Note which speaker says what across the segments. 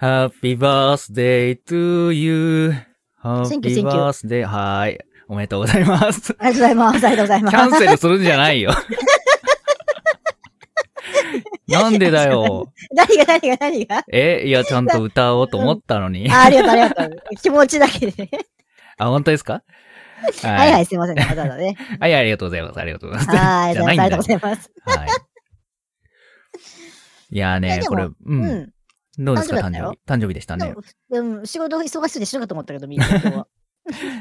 Speaker 1: Happy birthday to
Speaker 2: Thank you,
Speaker 1: you.Happy
Speaker 2: thank you.
Speaker 1: birthday. はーい。おめでとうござい ます。
Speaker 2: ありがとうございます。ありがとうございま
Speaker 1: キャン
Speaker 2: す。
Speaker 1: セルするんじゃないよ。なんでだよ。
Speaker 2: 何が何が何が
Speaker 1: え、いや、ちゃんと歌おうと思ったのに。
Speaker 2: あありがとう、ありがと う。気持ちだけでね。
Speaker 1: あ、本当ですか。
Speaker 2: はいはいい、すいません。わざわざね。
Speaker 1: はい、ありがとうございます。ありがとうございます。
Speaker 2: はい、あり
Speaker 1: じ
Speaker 2: が
Speaker 1: ゃ
Speaker 2: とう
Speaker 1: ない
Speaker 2: ご
Speaker 1: ん
Speaker 2: ざいます。あ
Speaker 1: だ
Speaker 2: り
Speaker 1: よ
Speaker 2: がとうございます。
Speaker 1: はい。いやー
Speaker 2: いや
Speaker 1: ね、
Speaker 2: でも
Speaker 1: これ、う。
Speaker 2: うんん。
Speaker 1: どうですか、
Speaker 2: 誕生日だった
Speaker 1: 誕生日。誕生
Speaker 2: よ
Speaker 1: 日でした
Speaker 2: で
Speaker 1: ね
Speaker 2: も。、でも仕事忙しそうでしなかと思ったけ ど、みんな今日は。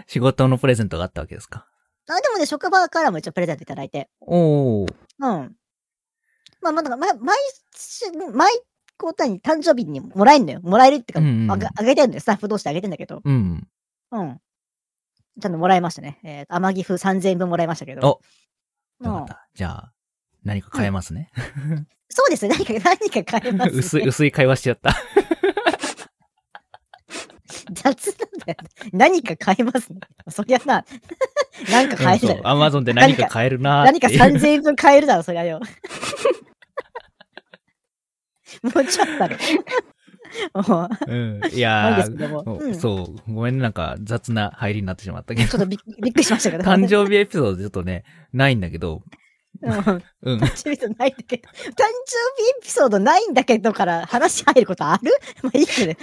Speaker 1: 仕事のプレゼントがあったわけですか。
Speaker 2: あ、でもね、職場からも一応プレゼントいただいて。
Speaker 1: おー。
Speaker 2: うん。まあ、まあ、だから、ま、毎週、毎交代に誕生日にもらえんのよ。もらえるってか、
Speaker 1: うんうんうん
Speaker 2: あげあげてんのよ。スタッフ同士であげてんだけど。
Speaker 1: うん。
Speaker 2: うん。ちゃんともらいましたね。えー、天城風3000円分もらいましたけど。う
Speaker 1: よかっ
Speaker 2: ん、
Speaker 1: た。じゃあ、何か変えますね。
Speaker 2: そうですね。何か、何か買えます、ね。
Speaker 1: 薄い、薄い会話しちゃった。
Speaker 2: 雑なんだよね。何か買えますね。そりゃな、 何か 買えるだろ。
Speaker 1: アマゾンで何か買えるなーっ
Speaker 2: 何
Speaker 1: て
Speaker 2: か
Speaker 1: いう
Speaker 2: 3000円分買えるだろ、そりゃよ。 もうちょっと だろ。もう、
Speaker 1: うん。い
Speaker 2: ない
Speaker 1: や
Speaker 2: です
Speaker 1: ー
Speaker 2: けども。うん、ちょ
Speaker 1: そう、ごめんね、なんか雑な入りになってしまった け
Speaker 2: っ
Speaker 1: ど。
Speaker 2: とびっびっくりしましたけど。
Speaker 1: 誕 生日エピソードちょっとね、ないんだけど、
Speaker 2: うん
Speaker 1: うん。
Speaker 2: 誕生日エピソードないんだけど、誕生日エピソードないんだけどから話入ることある まあいいけどね。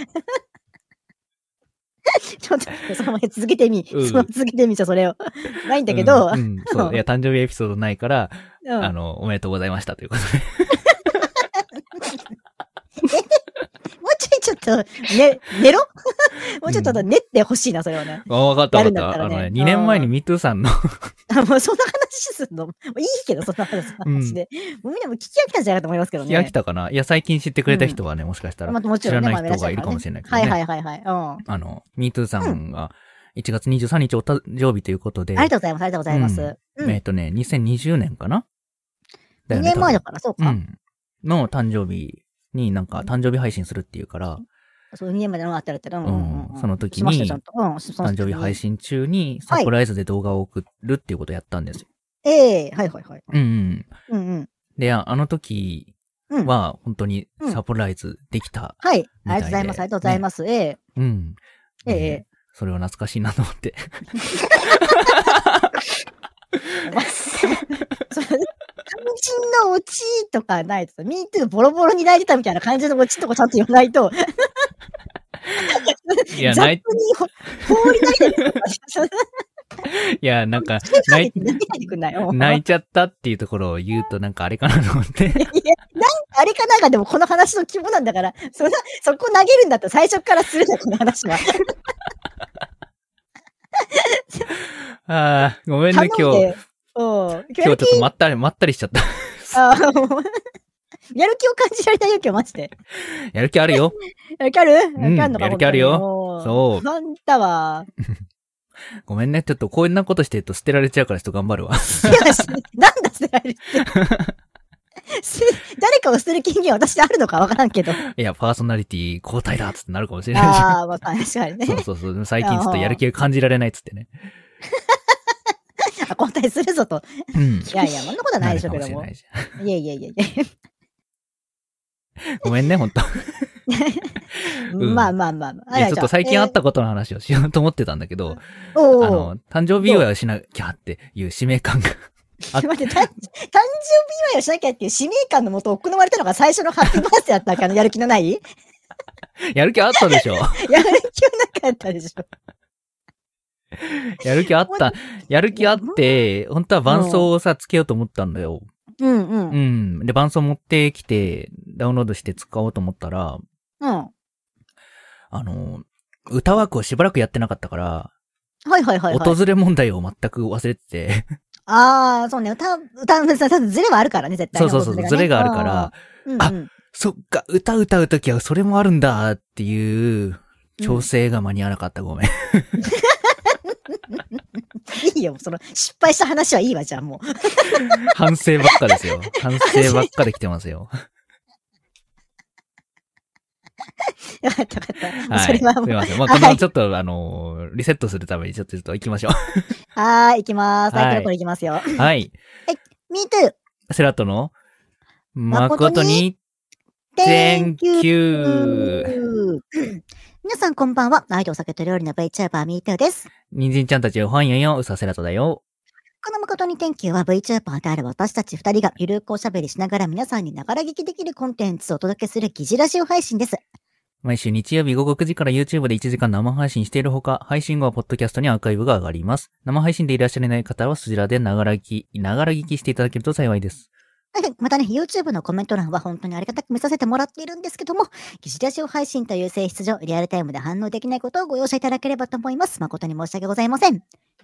Speaker 2: ちょっと、そのまま続けてみ。
Speaker 1: うん
Speaker 2: そのまま続けてみちゃそれを。ないんだけど、
Speaker 1: うん、うんそう。いや、誕生日エピソードないから、
Speaker 2: うん
Speaker 1: あの、おめでとうございましたという ことで。
Speaker 2: もうちょいちょっと、ね、寝ろ もうちょっと練ってほしいな、それはね。
Speaker 1: あ、わかったわかっ
Speaker 2: やるんだ
Speaker 1: た。
Speaker 2: ったら
Speaker 1: あ
Speaker 2: ね
Speaker 1: のね、2年前に
Speaker 2: う
Speaker 1: MeToo さんの、
Speaker 2: あもうそんな話すんのもういいけど、そんな話話で。もうみんなもう聞き飽きたんじゃないかと思いますけどね。
Speaker 1: やきたか ないや、最近知ってくれた人はね、もしかしたら、
Speaker 2: まあもち
Speaker 1: 知ら
Speaker 2: ろんね、
Speaker 1: ない人がいるかもしれないけどね。
Speaker 2: まあ皆さんからねはいはいはいはい。
Speaker 1: あの、MeToo さんが1月23日お誕生日ということで、
Speaker 2: うん。ありがとうございます、ありがとうございます。うん。
Speaker 1: えっとね、2020年かなだ
Speaker 2: 2
Speaker 1: よね
Speaker 2: 年前だから、そう
Speaker 1: 多分う
Speaker 2: か。
Speaker 1: ん。の誕生日になんか誕生日配信するっていうから、
Speaker 2: そう、2年前のがあったらって。うんうんうん
Speaker 1: うんその時に
Speaker 2: しましたよちゃんとうん、その
Speaker 1: 誕
Speaker 2: 時
Speaker 1: 生
Speaker 2: に
Speaker 1: 日配。信中にサプライズで動画を送るっていうことをやったんですよ。
Speaker 2: ええ、はいはいはい。
Speaker 1: うんうん。
Speaker 2: うんうん。
Speaker 1: で、ああの時
Speaker 2: うん
Speaker 1: は本当にサプライズできた。
Speaker 2: はい。
Speaker 1: みた
Speaker 2: あ
Speaker 1: い
Speaker 2: り
Speaker 1: で
Speaker 2: がとうございます、ありがとうございます。え え。
Speaker 1: うん。
Speaker 2: え
Speaker 1: で
Speaker 2: え
Speaker 1: それは懐かしいなと思 って。
Speaker 2: その肝心のオチとかないと、ミートゥーボロボロに泣いてたみたいな感じのオチとかちゃんと言わないと、
Speaker 1: い や、
Speaker 2: ざっ
Speaker 1: 泣い、
Speaker 2: くにほ放り投げてる。
Speaker 1: いや、なんか、
Speaker 2: 泣
Speaker 1: 泣
Speaker 2: い
Speaker 1: い、
Speaker 2: てくんないよ。
Speaker 1: 泣いちゃったっていうところを言うとなんかあれかなと思って。
Speaker 2: あれかなんかでもこの話の肝なんだから、そんなそこ投げるんだったら最初からするな、この話は。
Speaker 1: ああ、ごめんね
Speaker 2: 頼ん、
Speaker 1: 今日。
Speaker 2: で。うん。
Speaker 1: 今日ちょっとまったり、まったりしちゃった。
Speaker 2: あもうやる気を感じられたよ、今日マジで。
Speaker 1: やる気あるよ。
Speaker 2: やる気あるやる気あるのか、
Speaker 1: やる気あるよそ
Speaker 2: そう。なんだわ。
Speaker 1: ごめんね。ちょっとこんなことしてると捨てられちゃうからちょっと頑張 るわ。
Speaker 2: いやしなんだ捨てられるって。す誰かを捨てる権限は私にあるのかわからんけど。あ
Speaker 1: いや、パーソナリティ交代だっつってなるかもしれないし。
Speaker 2: あ、まあ確かに ね
Speaker 1: そ。うそうそう。でも最近ちょっとやる気が感じられないっつってね。
Speaker 2: あ交代するぞと。
Speaker 1: うん。
Speaker 2: いやいや、そんなことはないでしょうけども。
Speaker 1: るか
Speaker 2: い
Speaker 1: しれない
Speaker 2: やいやいやい
Speaker 1: しごめんね、ほん と。
Speaker 2: や。
Speaker 1: うん
Speaker 2: まあまあまあまあ。
Speaker 1: いや、ちょっと最近あっ
Speaker 2: じゃ
Speaker 1: たことの話をしようと思ってたんだけど、
Speaker 2: あ。えーおう
Speaker 1: あ
Speaker 2: おう。
Speaker 1: の、誕生日祝いをしなきゃっていう使命感が。
Speaker 2: ちょっと待って、誕誕生日祝いをしなきゃっていう使命感のもと行われたのが最初のハッピーバースデーだったわけあのやる気のないやる
Speaker 1: やる気あったでし ょ
Speaker 2: 気はなかったでしょ。
Speaker 1: やる気あった。やる気あって、本当は伴奏をさ、つけようと思ったんだよ。
Speaker 2: うんうん。
Speaker 1: う
Speaker 2: う。
Speaker 1: んん。で、伴奏持ってきて、ダウンロードして使おうと思ったら、あの、歌枠をしばらくやってなかったから、
Speaker 2: はいはいはいはい。
Speaker 1: 訪れ問題を全く忘れて て、
Speaker 2: ああ、そうね。歌、歌、歌、ズレはあるからね、絶対
Speaker 1: そう
Speaker 2: ね。
Speaker 1: そうそう、
Speaker 2: 音
Speaker 1: ズレがあ
Speaker 2: ね
Speaker 1: るから、、
Speaker 2: うんうん、
Speaker 1: そっか、歌歌うときはそれもあるんだっていう、調整が間に合わなかった、ご めん。
Speaker 2: いいよ、その、失敗した話はいいわ、じゃあもう。
Speaker 1: 反省ばっかですよ。反省ばっかできてます よ。
Speaker 2: よかったよかった。
Speaker 1: は
Speaker 2: そ
Speaker 1: い。
Speaker 2: れ
Speaker 1: す
Speaker 2: はも
Speaker 1: み
Speaker 2: う。
Speaker 1: ません。まあ、
Speaker 2: は
Speaker 1: こ
Speaker 2: い
Speaker 1: のちょっと、あのー、リセットするためにちょっと、ちょっ と行きましょ
Speaker 2: はーい、行きます。
Speaker 1: はい
Speaker 2: タイトルコール行きますよ。
Speaker 1: う。はい。
Speaker 2: Me too!
Speaker 1: セラトの、
Speaker 2: 誠に
Speaker 1: 誠に、 Thank you!
Speaker 2: you! 皆さんこんばんは。愛とお酒と料理の VTuber みーてーです。
Speaker 1: 人参ちゃんたちおはんやんよ、うさせらとだよ。
Speaker 2: この誠に Thank you は VTuber である私たち二人がゆるくおしゃべりしながら皆さんにながら聞きできるコンテンツをお届けする疑似ラジオ配信です。
Speaker 1: 毎週日曜日午後9時から YouTube で1時間生配信しているほか、配信後はポッドキャストにアーカイブが上がります。生配信でいらっしゃれない方はそちらでながら聞き、ながら聞きしていただけると幸いです。
Speaker 2: はいまたね、YouTube のコメント欄は本当にありがたく見させてもらっているんですけども、疑似ラジオ配信という性質上、リアルタイムで反応できないことをご容赦いただければと思います。誠に申し訳ございません。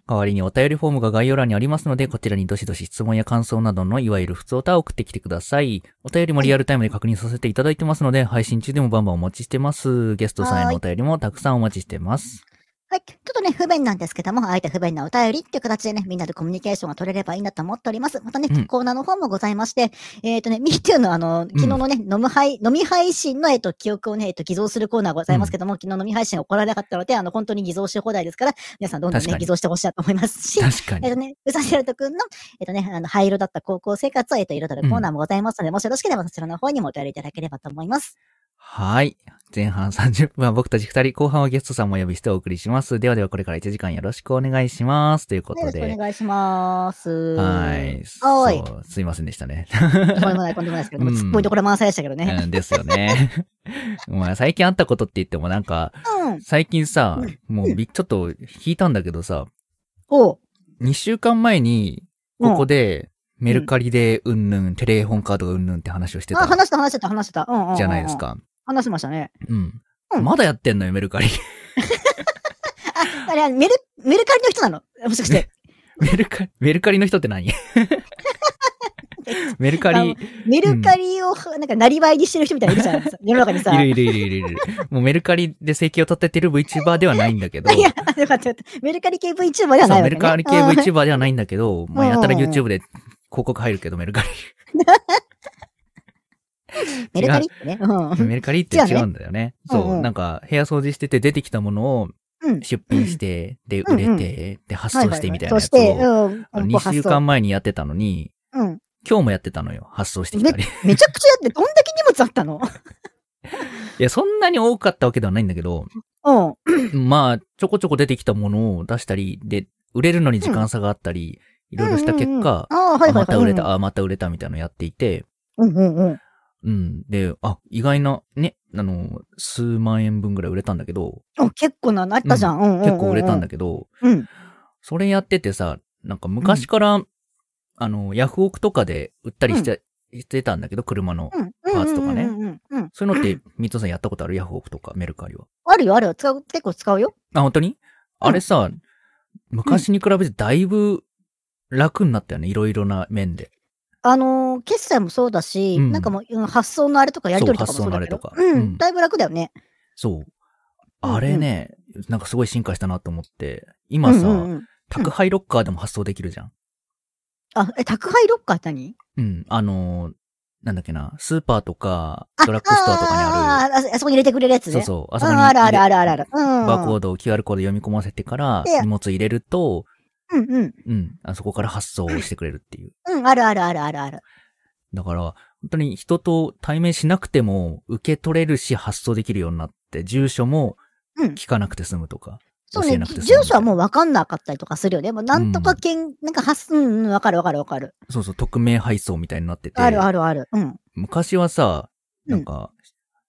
Speaker 1: 代わりにお便りフォームが概要欄にありますので、こちらにどしどし質問や感想などのいわゆる普通歌を送ってきてください。お便りもリアルタイムで確認させていただいてますので、配信中でもバンバンお待ちしてます。ゲストさんへのお便りもたくさんお待ちしてます。
Speaker 2: はい。ちょっとね、不便なんですけども、あえて不便なお便りっていう形でね、みんなでコミュニケーションが取れればいいなと思っております。またね、
Speaker 1: うん
Speaker 2: コーナーの方もございまして、えっ、とね、ミーティーのあの、昨日のね、飲む配、飲み配信の、えっ、と、記憶をね、えっ、と、偽造するコーナーございますけども、昨日飲み配信怒られなかったので、あの、本当に偽造し放題ですから、皆さんどんどん
Speaker 1: 確
Speaker 2: ね
Speaker 1: か、に
Speaker 2: 偽造してほしいなと思いますし、
Speaker 1: 確かに。
Speaker 2: えっ、とね、うさしらとくんの、えっ、とね、あの、灰色だった高校生活を、えっ、と、彩るコーナーもございますので、もしよろしければそちらの方にもお便りいただければと思います。
Speaker 1: はい。前半30分は僕たち2人、後半はゲストさんもお呼びしてお送りします。ではではこれから1時間よろしくお願いします。というこ
Speaker 2: よ
Speaker 1: と
Speaker 2: ろしく
Speaker 1: で
Speaker 2: お。願いします。
Speaker 1: はい。
Speaker 2: はーい
Speaker 1: そう、すいませんでしたね。
Speaker 2: とんでもない、とんでもないですけど、でも
Speaker 1: うん
Speaker 2: ツッコミどころ満載でしたけどね。
Speaker 1: うん、 ですよね。まあ最近あったことって言ってもなんか、
Speaker 2: うん。
Speaker 1: 最近さ
Speaker 2: う、
Speaker 1: もうびちょっと引いたんだけどさ、
Speaker 2: おう。
Speaker 1: 2週間前に、
Speaker 2: うん
Speaker 1: ここで、メルカリでうんぬん、テレホンカードがうんぬんって話をして
Speaker 2: あ、
Speaker 1: た
Speaker 2: 話した話してた話してた。うんうんうんうん
Speaker 1: じゃないです。か。
Speaker 2: 話しましたね。
Speaker 1: うん
Speaker 2: う。ん
Speaker 1: まだやってんのよ、メルカリ。
Speaker 2: あ、あれ、メル、メルカリの人なのもしかして。
Speaker 1: メルカリ、メルカリの人って 何メルカ
Speaker 2: あ
Speaker 1: リ
Speaker 2: の、メルカリを、なんか、なりわいにしてる人みたいないるじゃん。世の中にさ。
Speaker 1: いるいるいるいるいる。もうメルカリで生計を立ててる VTuber ではないんだけど、
Speaker 2: いや、よかったよかった。メルカリ系 VTuber ではな
Speaker 1: そ、
Speaker 2: いう
Speaker 1: メ
Speaker 2: わけ、ね、
Speaker 1: ルカリ系
Speaker 2: うん
Speaker 1: VTuber ではないんだけど、まあ、やたら
Speaker 2: うんうんうん
Speaker 1: YouTube で広告入るけど、メルカ
Speaker 2: メルカリってね。うん。
Speaker 1: リ。メルカリって違うんだよね。
Speaker 2: 違う
Speaker 1: そ
Speaker 2: ね
Speaker 1: うう、
Speaker 2: ん
Speaker 1: なんか、部屋掃除してて出てきたものを
Speaker 2: うん
Speaker 1: 出品して、で、
Speaker 2: うん
Speaker 1: 売
Speaker 2: うん
Speaker 1: れて、で、発
Speaker 2: はい
Speaker 1: 送
Speaker 2: はいはい
Speaker 1: してみたいな
Speaker 2: そ
Speaker 1: や
Speaker 2: し
Speaker 1: つ
Speaker 2: て、
Speaker 1: を、
Speaker 2: うん。
Speaker 1: あの2週間前にやってたのに、
Speaker 2: うん。
Speaker 1: 今日もやってたのよ、発送してきたり。い
Speaker 2: めちゃくちゃやって、どんだけ荷物あったの
Speaker 1: や、そんなに多かったわけではないんだけど、
Speaker 2: うん。
Speaker 1: まあ、ちょこちょこ出てきたものを出したり、で、売れるのに時間差があったり、いろいろした結
Speaker 2: うんうんうん
Speaker 1: 果
Speaker 2: あ、あ、はいはいはい。
Speaker 1: あまた売れた、あ、また売れたみたいなのやっていて、
Speaker 2: うんうんうん。
Speaker 1: うん。で、あ、意外な、ね、あの、数万円分ぐらい売れたんだけど、
Speaker 2: お、結構な、なったじゃん。うんうんうん。
Speaker 1: 結構売れたんだけど、
Speaker 2: けど。うん。
Speaker 1: それやっててさ、なんか昔から、あの、ヤフオクとかで売ったりして、してたんだけど、車の。
Speaker 2: うん。
Speaker 1: パーツとかね
Speaker 2: うんうんうんうん。
Speaker 1: そういうのって、ミッドさんやったことあるヤフオクとか、メルカリは。
Speaker 2: あるよ、あるよ。使う、結構使うよ。
Speaker 1: あ、本当にあれさ、昔に比べてだいぶ楽になったよね、いろいろな面で。
Speaker 2: あのー決済もそうだし、
Speaker 1: うん
Speaker 2: なんかもううん発送のあれとかやり取りとかも
Speaker 1: そ
Speaker 2: そううだけど
Speaker 1: 発送のあれと
Speaker 2: う
Speaker 1: かうん
Speaker 2: ん、だいぶ楽だよね。
Speaker 1: そう。
Speaker 2: うんうん
Speaker 1: あれね、なんかすごい進化したなと思って、今さ、
Speaker 2: うんうんうん
Speaker 1: 宅配ロッカーでも発送できるじゃん。
Speaker 2: あ、え、宅配ロッカーって何
Speaker 1: うん、あのーなんだっけな、スーパーとか、ドラッグストアとかにあ
Speaker 2: あーああそこに入れてくれるやつ
Speaker 1: る、
Speaker 2: ね。
Speaker 1: そう
Speaker 2: う。
Speaker 1: そう、あ
Speaker 2: あ
Speaker 1: そこに
Speaker 2: あるあるあるあるある。うん。
Speaker 1: バーコードを QR コード読み込ませてから、
Speaker 2: で
Speaker 1: 荷物入れると、
Speaker 2: うんうん。
Speaker 1: うん、あそこから発送してくれるっていう。
Speaker 2: うん、あるあるあるあるある。
Speaker 1: だから、本当に人と対面しなくても受け取れるし発送できるようになって、住所も
Speaker 2: うん
Speaker 1: 聞かなくて済むとか。
Speaker 2: そう
Speaker 1: 教え
Speaker 2: ね、
Speaker 1: なくて済む
Speaker 2: 住所はもう分かんなかったりとかするよね。もうなんとかけん、なんか発す、うん、うんわかるわかるわかる。
Speaker 1: そうそう、匿名配送みたいになってて。
Speaker 2: あるあるある。うん。
Speaker 1: 昔はさ、
Speaker 2: うん
Speaker 1: なんか、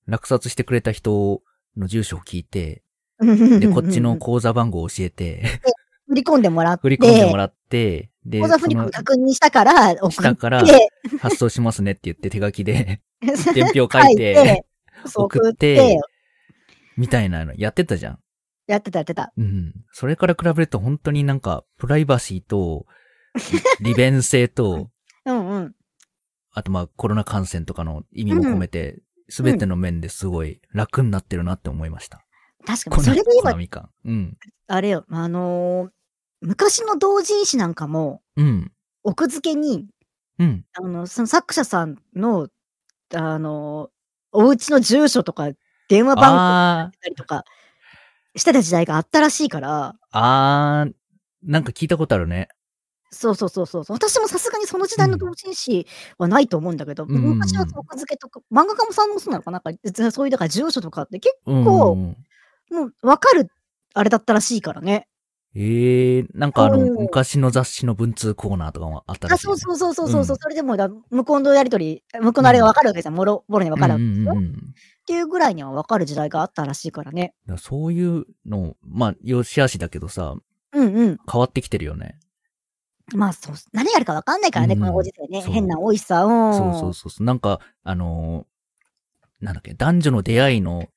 Speaker 1: 落札してくれた人の住所を聞いて、で、
Speaker 2: で
Speaker 1: こっちの
Speaker 2: 振
Speaker 1: 口座番号を教え て、
Speaker 2: り込んでもらって、
Speaker 1: 振り込んでもらって、で、
Speaker 2: 口座振
Speaker 1: そ
Speaker 2: り込
Speaker 1: の
Speaker 2: み、確認したから、送
Speaker 1: した
Speaker 2: っ
Speaker 1: から
Speaker 2: て、
Speaker 1: 発送しますねって言って手書き で、伝
Speaker 2: 伝
Speaker 1: 票書いて、、
Speaker 2: そう
Speaker 1: 送
Speaker 2: 送
Speaker 1: っ
Speaker 2: ってて、
Speaker 1: みたいなのやってたじゃん。
Speaker 2: やってたやってた。
Speaker 1: うん。それから比べると本当になんか、プライバシーと、 利便性と、
Speaker 2: うんうん。
Speaker 1: あとまあコロナ感染とかの意味も込めて、すべての面ですごい楽になってるなって思いました。
Speaker 2: 確か
Speaker 1: こ
Speaker 2: に、
Speaker 1: の
Speaker 2: それで言え
Speaker 1: こ
Speaker 2: ば
Speaker 1: の、みかん。うん。
Speaker 2: あれよ、あのー昔の同人誌なんかも、
Speaker 1: うん。
Speaker 2: 奥付けに、
Speaker 1: うん。
Speaker 2: あの、その作者さんの、あのーお家の住所とか、電話番号だっ
Speaker 1: あ
Speaker 2: たりとか、してた時代があったらしいから、
Speaker 1: あ、あー、なんか聞いたことあるね。
Speaker 2: そうそうそうそう。私もさすがにその時代の同人誌はないと思うんだけ
Speaker 1: う
Speaker 2: ど、
Speaker 1: ん
Speaker 2: 昔は作付けとか、漫画家もさんもそうなのかななんか、そういう、だから住所とかって結
Speaker 1: うん
Speaker 2: こ構、もう分かる、あれだったらしいからね。
Speaker 1: ええなんかあの、
Speaker 2: うん
Speaker 1: 昔の雑誌の文通コーナーとかもあった
Speaker 2: あ、
Speaker 1: らしい、ね。
Speaker 2: そうそうそうそうそう、う
Speaker 1: うん
Speaker 2: それでもだ、向こうのやりとり、向こうのあれが分かるわけじゃん。もろ、もろに分かるわ
Speaker 1: う
Speaker 2: け
Speaker 1: ん
Speaker 2: で
Speaker 1: う
Speaker 2: す
Speaker 1: ん
Speaker 2: よ。
Speaker 1: うんう
Speaker 2: っ
Speaker 1: ん。だか
Speaker 2: ていうぐらいには分かる時代があったらしいからね。
Speaker 1: らそういうの、まあ、よしあしだけどさ、
Speaker 2: うんうん。
Speaker 1: 変わってきてるよね。
Speaker 2: まあ、そう、何やるか分かんないからね、
Speaker 1: うん
Speaker 2: このご時世ね。
Speaker 1: そう
Speaker 2: 変な多いさ。うん。
Speaker 1: そうそうそうそう。なんか、あのーなんだっけ、男女の出会いの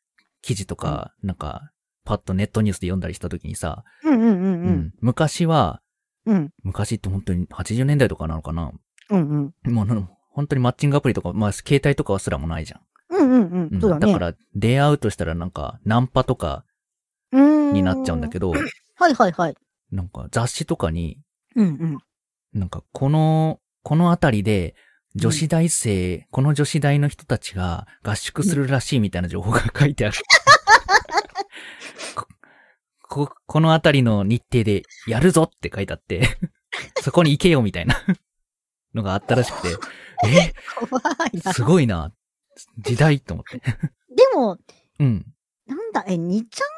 Speaker 1: 記事とか、なんか、パッとネットニュースで読んだりした時にさ、
Speaker 2: うんうんう
Speaker 1: うん昔は、
Speaker 2: うん。うん
Speaker 1: 昔って本当に80年代とかなのかな
Speaker 2: うんうん。
Speaker 1: もうな、本当にマッチングアプリとか、まあ、携帯とかはすらもないじゃん。
Speaker 2: うんうん
Speaker 1: う
Speaker 2: うんん。そうだね。
Speaker 1: から、出会うとしたらなんか、ナンパとかに
Speaker 2: に
Speaker 1: なっちゃうんだけど、
Speaker 2: はいはいはい。
Speaker 1: なんか雑誌とかに、
Speaker 2: うんうん。
Speaker 1: なんかこの、このあたりで、女子大生、この女子大の人たちが合宿するらしいみたいな情報が書いて ある。こ、ここのあたりの日程でやるぞって書いてあって、 そこに行けよみたいなのがあったらしくて、
Speaker 2: 怖い
Speaker 1: え、
Speaker 2: な。
Speaker 1: すごいな。時代と思って。
Speaker 2: でも、
Speaker 1: うん。
Speaker 2: なんだ、え、2ちゃん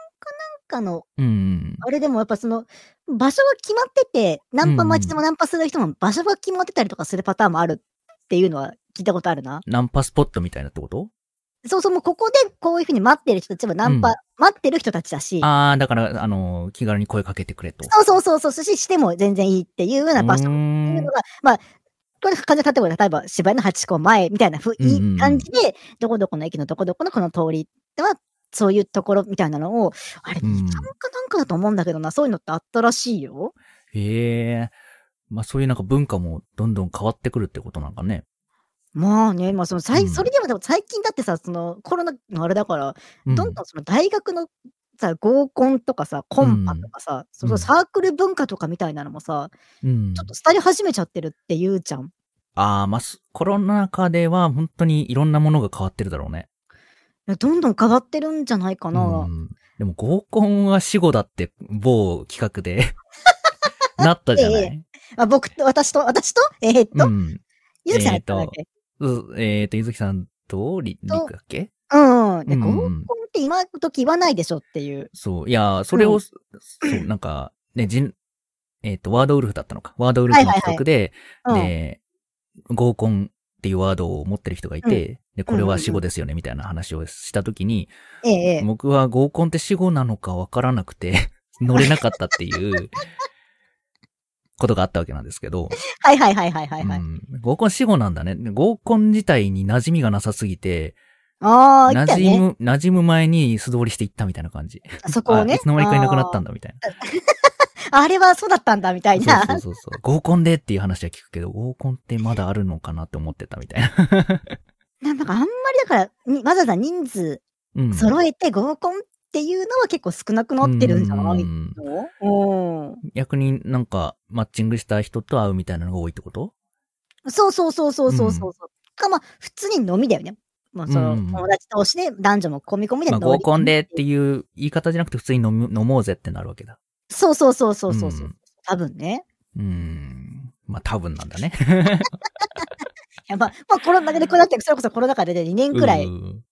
Speaker 2: かなんかの、
Speaker 1: うんうん。
Speaker 2: あれでもやっぱその、場所が決まってて、ナンパ待ちでもナンパする人も場所が決まってたりとかするパターンもあるっていうのは聞いたことあるな。
Speaker 1: ナンパスポットみたいなってこと
Speaker 2: そうそう、もうここでこういうふうに待ってる人たちもナンパ、
Speaker 1: うん
Speaker 2: 待ってる人たちだし、
Speaker 1: ああ、だから、あの、気軽に声かけてくれと。
Speaker 2: そうそうそうそう、し、しても全然いいっていうような場所
Speaker 1: う
Speaker 2: っ
Speaker 1: ー
Speaker 2: ていうんのが、まあ、これ感じの例えば、例えば芝居の八個前みたいなふう、
Speaker 1: うんうんう
Speaker 2: い
Speaker 1: ん
Speaker 2: い感じで、どこどこの駅のどこどこのこの通りでは、そういうところみたいなのを、あれ、
Speaker 1: うん
Speaker 2: 二酸化なんかだと思うんだけどな、そういうのってあったらしいよ。
Speaker 1: へえ。まあそういうなんか文化もどんどん変わってくるってことなんかね。
Speaker 2: まあね、まあその、さい
Speaker 1: うん
Speaker 2: それでもでも最近だってさ、そのコロナのあれだから、
Speaker 1: うん、
Speaker 2: どんどんその大学のさ、合コンとかさ、コンパとかさ、そのサークル文化とかみたいなのもさ、
Speaker 1: うん
Speaker 2: ちょっと廃り始めちゃってるっていうじゃん。
Speaker 1: ああ、まあすコロナ禍では本当にいろんなものが変わってるだろうね。
Speaker 2: いやどんどん変わってるんじゃないかな。
Speaker 1: うん、でも合コンは死後だって某企画で なったじゃない、
Speaker 2: あ僕と、私と、私と、えーっと、
Speaker 1: うん。
Speaker 2: ゆうきさんやったんだっけ、
Speaker 1: うえっ、と、ゆずきさんとり、り
Speaker 2: と
Speaker 1: くだっけ
Speaker 2: うんうん。で、
Speaker 1: うん
Speaker 2: 合
Speaker 1: うん
Speaker 2: コンって今時言わないでしょっていう。
Speaker 1: そう。いやー、それを、
Speaker 2: う
Speaker 1: そう、なんか、ね、じん、えっ、と、ワードウルフだったのか。ワードウルフの企画で、
Speaker 2: うん。
Speaker 1: で、合コンっていうワードを持ってる人がいて、で、これは死後ですよね、みたいな話をしたときに、
Speaker 2: ええええ
Speaker 1: 僕は合コンって死後なのかわからなくて、 乗れなかったっていう、ことがあったわけなんですけど、
Speaker 2: はいはいはいはいはい。はい
Speaker 1: うん合コン死後なんだね。合コン自体に馴染みがなさすぎて、
Speaker 2: ああ、言
Speaker 1: 馴
Speaker 2: ったよ
Speaker 1: 染
Speaker 2: ね。
Speaker 1: む、馴染む前に素通りしていったみたいな感じ。
Speaker 2: あそこを
Speaker 1: あ
Speaker 2: ね。
Speaker 1: いつの間にかいなくなったん
Speaker 2: だ。
Speaker 1: だみたいな。
Speaker 2: あれはそうだったんだみたい
Speaker 1: そ
Speaker 2: な。
Speaker 1: うそうそう そう。合コンでっていう話は聞くけど、合コンってまだあるのかなって思ってたみたいな。
Speaker 2: なんかあんまりだから、にわざわざ人数
Speaker 1: うん。
Speaker 2: 揃えて合コンっていうのは結構少なくなってるんじゃない
Speaker 1: うん
Speaker 2: のうん。
Speaker 1: 逆になんか、マッチングした人と会うみたいなのが多いってこと
Speaker 2: そうそうそうそうそうそう。か、まあ、普通に飲みだよね。まあ、その、
Speaker 1: うん
Speaker 2: 友達同士で男女も込み込みで
Speaker 1: ま
Speaker 2: 飲
Speaker 1: あ、
Speaker 2: み、
Speaker 1: 合コンでっていう言い方じゃなくて普通に飲む飲もうぜってなるわけだ。
Speaker 2: そうそうそうそうそうそう、
Speaker 1: うん
Speaker 2: 多分ね。
Speaker 1: うん。まあ、多分なんだね。
Speaker 2: いやまあ、まあ、コロナでこれだって、それこそコロナ禍で2年くらい、
Speaker 1: うん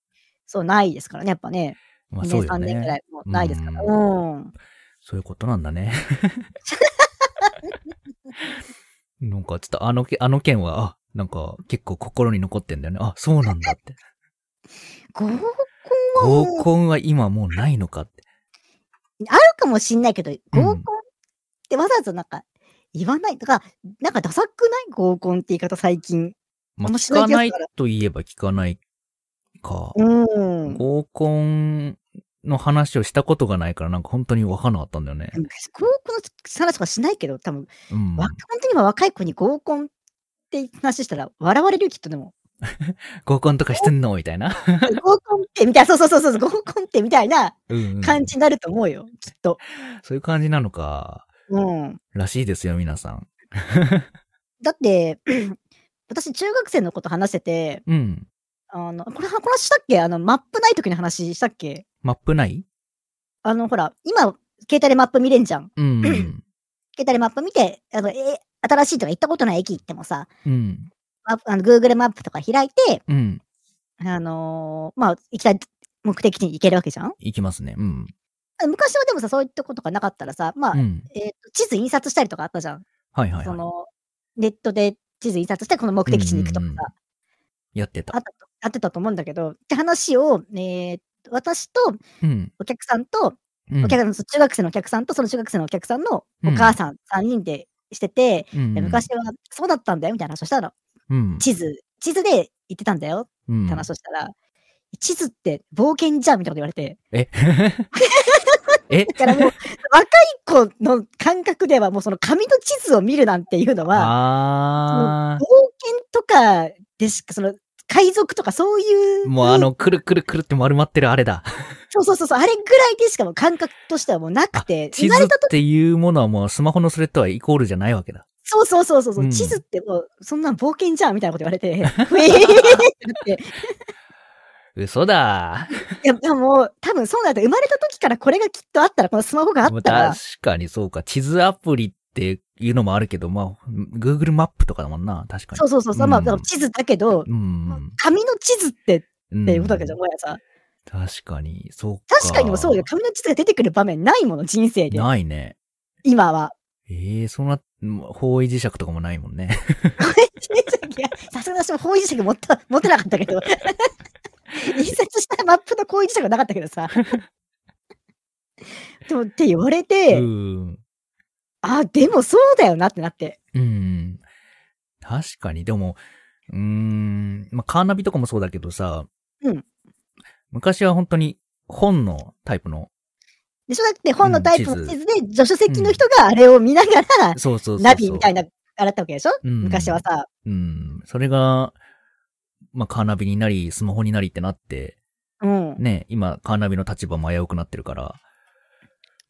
Speaker 2: そう、ないですからね、やっぱね。
Speaker 1: まあ、
Speaker 2: 2年、
Speaker 1: そうよ
Speaker 2: 3年くら
Speaker 1: ね。
Speaker 2: い、もうないですから。
Speaker 1: う
Speaker 2: うん。
Speaker 1: そういうことなんだ ね。なんか、ちょっとあのけ、あの件は、あ、なんか、結構心に残ってんだよね。あ、そうなんだって。
Speaker 2: 合コンはもう
Speaker 1: 合コンは今もうないのかって。
Speaker 2: あるかもしんないけど、合コンってわざわざなんか、言わないとか、なんかダサくない合コンって言い方最近。
Speaker 1: まあ、
Speaker 2: 面
Speaker 1: 聞
Speaker 2: 白い
Speaker 1: か
Speaker 2: 気が
Speaker 1: な
Speaker 2: す
Speaker 1: い
Speaker 2: るから
Speaker 1: と言えば聞かないか。
Speaker 2: うん。
Speaker 1: 合コンの話をしたことがないから、なんか本当に分かんなかったんだよね
Speaker 2: で。も合コンの話とかしないけど、多分、
Speaker 1: うん。
Speaker 2: わ本当に今若い子に合コンって話したら笑われるよ、きっとで も。
Speaker 1: 合コンとかしてんのみたい な。
Speaker 2: 合コンってみたいな、そうそうそうそう、合コンってみたいな
Speaker 1: うんうん
Speaker 2: 感じになると思うよ、きっと。
Speaker 1: そういう感じなのか。
Speaker 2: うん。
Speaker 1: らしいですよ、皆さん。
Speaker 2: だって、 私、中学生のこと話してて、
Speaker 1: うん。
Speaker 2: あの、これ、この話したっけあの、マップない時の話したっけ
Speaker 1: マップない
Speaker 2: あの、ほら、今、携帯でマップ見れんじゃん。
Speaker 1: うんうん。
Speaker 2: 携帯でマップ見て、あの、え、新しいとか行ったことない駅行ってもさ、
Speaker 1: うん。
Speaker 2: マップあの Google マップとか開いて、
Speaker 1: うん。
Speaker 2: あのーまあ、行きたい目的地に行けるわけじゃん
Speaker 1: 行きますね。うん。
Speaker 2: あ昔はでもさ、そういうとことかなかったらさ、まあ、
Speaker 1: うん。
Speaker 2: えーと地図印刷したりとかあったじゃん。
Speaker 1: はいはい
Speaker 2: そ
Speaker 1: は
Speaker 2: の、ネットで地図印刷して、この目的地に行くとか
Speaker 1: う
Speaker 2: さ、
Speaker 1: んうんうんい。やって
Speaker 2: あ
Speaker 1: た
Speaker 2: っ。たと、あってたと思うんだけど、って話を、えー私と
Speaker 1: うん。
Speaker 2: お客さんと、
Speaker 1: うん
Speaker 2: お客さんの、中学生のお客さんと、その中学生のお客さんのお母さん3人でしてて、
Speaker 1: うん
Speaker 2: で昔はそうだったんだよみたいな話をしたの。
Speaker 1: うん。
Speaker 2: 地図、地図で行ってたんだよ
Speaker 1: うん
Speaker 2: って話をしたら、地図って冒険じゃんみたいな こと言われて。
Speaker 1: ええ
Speaker 2: だからもう、若い子の感覚ではもうその紙の地図を見るなんていうのは、
Speaker 1: あ
Speaker 2: 冒険とかでしか、その、海賊とかそうい
Speaker 1: ー。
Speaker 2: う、
Speaker 1: もうあの、くるくるくるって丸まってるあれだ。
Speaker 2: そうそうそうそう、あれぐらいでしかもう感覚としてはもうなくて、
Speaker 1: 地図っていうものはもうスマホのスレッドはイコールじゃないわけだ。
Speaker 2: そうそうそうそう、う
Speaker 1: うん
Speaker 2: 地図ってもう、そんなん冒険じゃんみたいなこと言われて、 えーってなって、
Speaker 1: 嘘だ
Speaker 2: いや、でも、多分そうなんだよ。生まれた時からこれがきっとあったら、このスマホがあ
Speaker 1: も
Speaker 2: っ
Speaker 1: う
Speaker 2: たら
Speaker 1: 確、かにそうか。地図アプリっていうのもあるけど、まあ、Google マップとかだもんな。確かに。
Speaker 2: そうそうそうそう、ま
Speaker 1: う
Speaker 2: あ、
Speaker 1: ん
Speaker 2: でも地図だけど、
Speaker 1: うん。
Speaker 2: 紙の地図ってっ
Speaker 1: って
Speaker 2: いうことだけじゃん、もやさ。
Speaker 1: 確かに、そうか。
Speaker 2: 確かにもうそうよ。紙の地図が出てくる場面ないもの、人生で。
Speaker 1: ないね。
Speaker 2: 今は。
Speaker 1: ええそんな、方位磁石とかもないもんね。
Speaker 2: いやさすがに私も方位磁石持った持ってなかったけ ど。印刷したマップの方位磁石はなかったけ どさ。でもって言われ
Speaker 1: う
Speaker 2: て、
Speaker 1: ん。
Speaker 2: あ、でもそうだよなってなって。
Speaker 1: うん。確かに、でも、うーん、まあ、カーナビとかもそうだけどさ、
Speaker 2: うん
Speaker 1: 昔は本当に本のタイプの、
Speaker 2: でしょだって本のタイプ
Speaker 1: う
Speaker 2: の
Speaker 1: ん
Speaker 2: 地図で、助手席の人があれを見ながら、
Speaker 1: そうそうそうそう。
Speaker 2: ナビみたいな、あれだったわけでしょ、
Speaker 1: うん
Speaker 2: 昔はさ。
Speaker 1: うん。それが、まあ、カーナビになり、スマホになりってなって、
Speaker 2: うん。
Speaker 1: ね、今、カーナビの立場も危うくなってるから。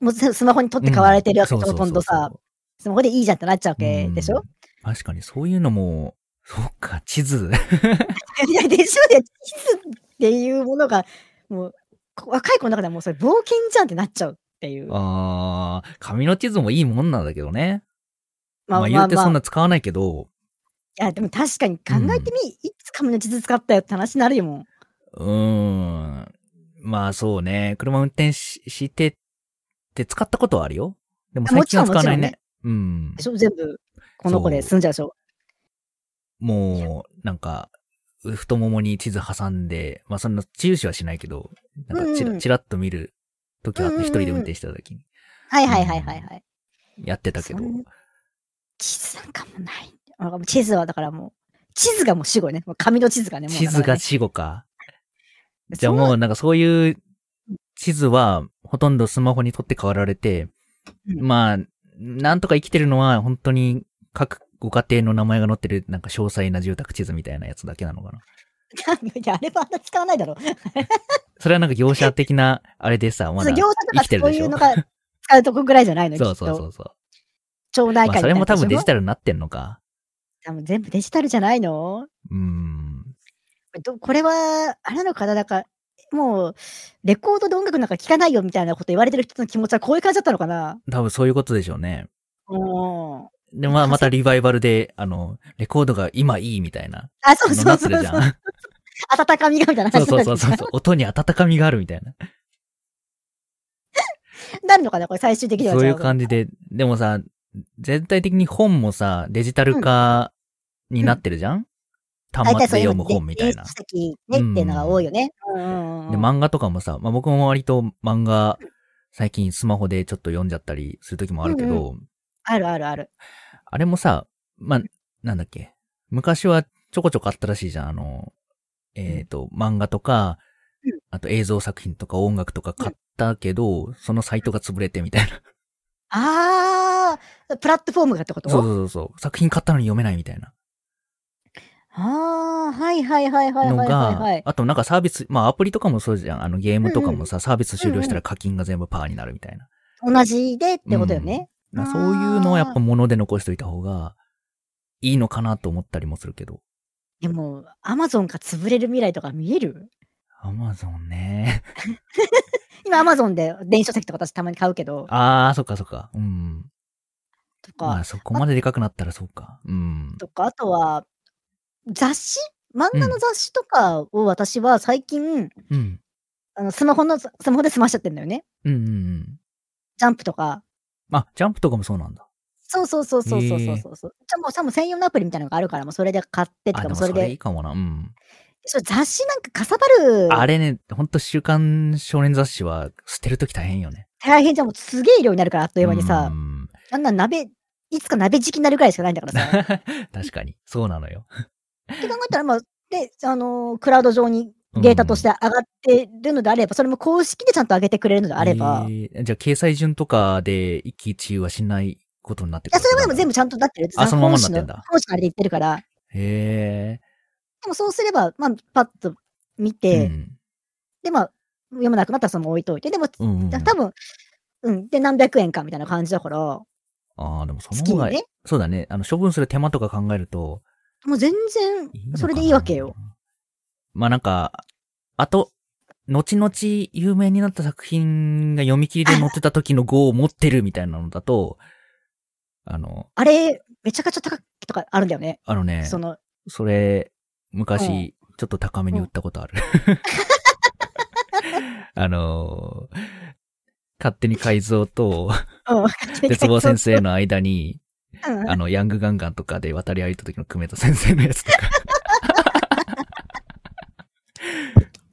Speaker 2: もうススマホに取って代わられてるわけでしょ、ほとん
Speaker 1: そうそ
Speaker 2: ど
Speaker 1: う
Speaker 2: さ
Speaker 1: そう。そう
Speaker 2: スマホでいいじゃんってなっちゃうわけでしょ、
Speaker 1: う ん確かに、そういうのも、そっか、地図。
Speaker 2: いや、でしょで、地図っていうものが、もう、こ若い子の中ではもうそれ冒険じゃんってなっちゃうっていう。
Speaker 1: あー、紙の地図もいいもんなんだけどね。
Speaker 2: ま
Speaker 1: まあ、言うてそんな使わないけど、
Speaker 2: いや、でも確かに考えてみ、いつ紙の地図使ったよって話になるよもん。
Speaker 1: うーん。まあそうね。車運転ししてって使ったことはあるよ。でも最近は使わないね。うん
Speaker 2: で。しょ全部、この子で済んじゃうでしょ
Speaker 1: もう、なんか、う太ももに地図挟んで、まあそんな治癒しはしないけど、なんかチ
Speaker 2: うんう
Speaker 1: ラ
Speaker 2: ん
Speaker 1: チラッと見る時はあっ
Speaker 2: うんうん
Speaker 1: た。一
Speaker 2: うん
Speaker 1: 人で運転してた時に。
Speaker 2: はいはいはいはいはい。
Speaker 1: やってたけど
Speaker 2: そ。ん地図なんかもうない。あもう地図はだからもう、地図がもう死後ね。もう紙の地図がね、もう
Speaker 1: 地
Speaker 2: だ
Speaker 1: 図
Speaker 2: から
Speaker 1: が
Speaker 2: ね、
Speaker 1: 死後か。
Speaker 2: そう
Speaker 1: じゃあもうなんかそういう地図はほとんどスマホに取って代わられて、
Speaker 2: うん
Speaker 1: まあ、なんとか生きてるのは本当に各ご家庭の名前が載ってるなんか詳細な住宅地図みたいなやつだけなのかな。
Speaker 2: いや、あれはあんな使わないだろ。
Speaker 1: それはなんか業者的なあれでさ、まだ
Speaker 2: そう業者と
Speaker 1: 生
Speaker 2: か
Speaker 1: きてる
Speaker 2: そう
Speaker 1: でし
Speaker 2: い
Speaker 1: ょ
Speaker 2: うのが使うとこぐらいじゃないの
Speaker 1: そう
Speaker 2: き
Speaker 1: そ
Speaker 2: っ
Speaker 1: う
Speaker 2: と
Speaker 1: そうそう。
Speaker 2: 町内
Speaker 1: まあ
Speaker 2: 会
Speaker 1: それも多分デジ
Speaker 2: タル。
Speaker 1: タルになってんのか。
Speaker 2: 多分全部デジタルじゃないの
Speaker 1: うーん。
Speaker 2: どこれは、あれなのかななんか、もう、レコードで音楽なんか聴かないよみたいなこと言われてる人の気持ちはこういう感じだったのかな
Speaker 1: 多分そういうことでしょうね。
Speaker 2: うん。
Speaker 1: で、まあ
Speaker 2: そう
Speaker 1: またリバイバルで、あの、レコードが今いいみたいな。
Speaker 2: あ、 そう
Speaker 1: の
Speaker 2: そ
Speaker 1: な
Speaker 2: う
Speaker 1: って
Speaker 2: そう
Speaker 1: るじ
Speaker 2: そ
Speaker 1: ゃ
Speaker 2: う。
Speaker 1: ん。
Speaker 2: 温かみがみたいな
Speaker 1: そう
Speaker 2: 話に
Speaker 1: そう
Speaker 2: な
Speaker 1: そう
Speaker 2: る
Speaker 1: そうそう。音に温かみがあるみたいな。
Speaker 2: なるのかなこれ最終的には。
Speaker 1: そういう
Speaker 2: じゃあ
Speaker 1: 感じで、でもさ、全体的に本もさ、デジタル化になってるじゃん、
Speaker 2: 大
Speaker 1: 端
Speaker 2: 体そ
Speaker 1: 末で
Speaker 2: ういう
Speaker 1: 読
Speaker 2: の
Speaker 1: む
Speaker 2: って
Speaker 1: 本みたいな
Speaker 2: 電子。書籍ねっていうのが多いよね。うんうん
Speaker 1: で、漫画とかもさ、まあ、僕も割と漫画、最近スマホでちょっと読んじゃったりする時もあるけど、
Speaker 2: あるあるある。
Speaker 1: あれもさ、まあ、なんだっけ。昔はちょこちょこあったらしいじゃん。あの、えっ、と、漫画とか
Speaker 2: うん、
Speaker 1: あと映像作品とか音楽とか買ったけど、そのサイトが潰れてみたいな。
Speaker 2: あー、プラットフォームがってこと
Speaker 1: そうそうそうそう。作品買ったのに読めないみたいな。
Speaker 2: あー、はいはいはいはい
Speaker 1: の
Speaker 2: はいはいはい
Speaker 1: が、。あとなんかサービス、まあアプリとかもそうじゃん。あのゲームとかもさ、サービス終了したら課金が全部パーになるみたいな。
Speaker 2: 同じでってことよね。
Speaker 1: まあ
Speaker 2: あー
Speaker 1: そういうのはやっぱ物で残しといた方がいいのかなと思ったりもするけど。
Speaker 2: でも、アマゾンが潰れる未来とか見える
Speaker 1: アマゾンね。
Speaker 2: 今、アマゾンで電子書籍とか私たまに買うけど、
Speaker 1: あー、そっかそっか。うん。
Speaker 2: とか、
Speaker 1: まあそこまででかくなったらそうか。うん。
Speaker 2: とか、あとは、雑誌漫画の雑誌とかを私は最近、
Speaker 1: うん。
Speaker 2: あのスマホの、スマホで済ましちゃってんだよね。
Speaker 1: うんうんうん。
Speaker 2: ジャンプとか。
Speaker 1: あ、ジャンプとかもそうなんだ。
Speaker 2: そうそうそうそうそうそうそう。そうじゃあもう多分専用のアプリみたいなのがあるから、もうそれで買ってと
Speaker 1: あ、
Speaker 2: か、
Speaker 1: で
Speaker 2: もう
Speaker 1: も
Speaker 2: そ
Speaker 1: そ
Speaker 2: れ
Speaker 1: れいい
Speaker 2: で。
Speaker 1: かもな。うん。
Speaker 2: そう雑誌なんかかさばる。
Speaker 1: あれね、ほんと週刊少年雑誌は捨てるとき大変よね。
Speaker 2: 大変じゃん。もうすげえ量になるから、あっという間にさ
Speaker 1: う。ん。
Speaker 2: あんな鍋、いつか鍋時期になるぐらいしかないんだからさ。
Speaker 1: 確かに。そうなのよ。
Speaker 2: って考えたら、まあ、で、あのークラウド上にデータとして上がってるのであれば、それも公式でちゃんと上げてくれるのであれば、い
Speaker 1: えーじゃあ、掲載順とかで一喜一憂はしないことになってく
Speaker 2: や、それはでも全
Speaker 1: 部。
Speaker 2: 部ちゃんとなってる。
Speaker 1: あそのままになってんだ
Speaker 2: 本誌の本誌のあれで言ってるから。で
Speaker 1: へ
Speaker 2: もそうすれば、まあ、パッと見
Speaker 1: え。
Speaker 2: て、
Speaker 1: うん
Speaker 2: で、まあ、読まなくなったらそのまま置いといて、でも、
Speaker 1: うんうん。
Speaker 2: 多分、うん、で、何百円かみたいな感じだから、
Speaker 1: ああ、でもその
Speaker 2: 月
Speaker 1: 方
Speaker 2: に
Speaker 1: が、
Speaker 2: ね。
Speaker 1: そうだね。あの、処分する手間とか考えると
Speaker 2: もう全然
Speaker 1: いいのか、な
Speaker 2: それでいいわけよ。。
Speaker 1: まあなんか、あと、後々有名になった作品が読み切りで載ってた時の号を持ってるみたいなのだと、あの、
Speaker 2: あれ、めちゃくちゃ高くとかあるんだよね。
Speaker 1: あのね、
Speaker 2: その、
Speaker 1: それ、
Speaker 2: う
Speaker 1: 昔、ちょっと高めに売ったことあ る。あのー勝手に改造と、
Speaker 2: うん。
Speaker 1: 絶望先生の間に、
Speaker 2: うん。
Speaker 1: あの、ヤングガンガンとかで渡り歩いた時の久米田先生のやつとか。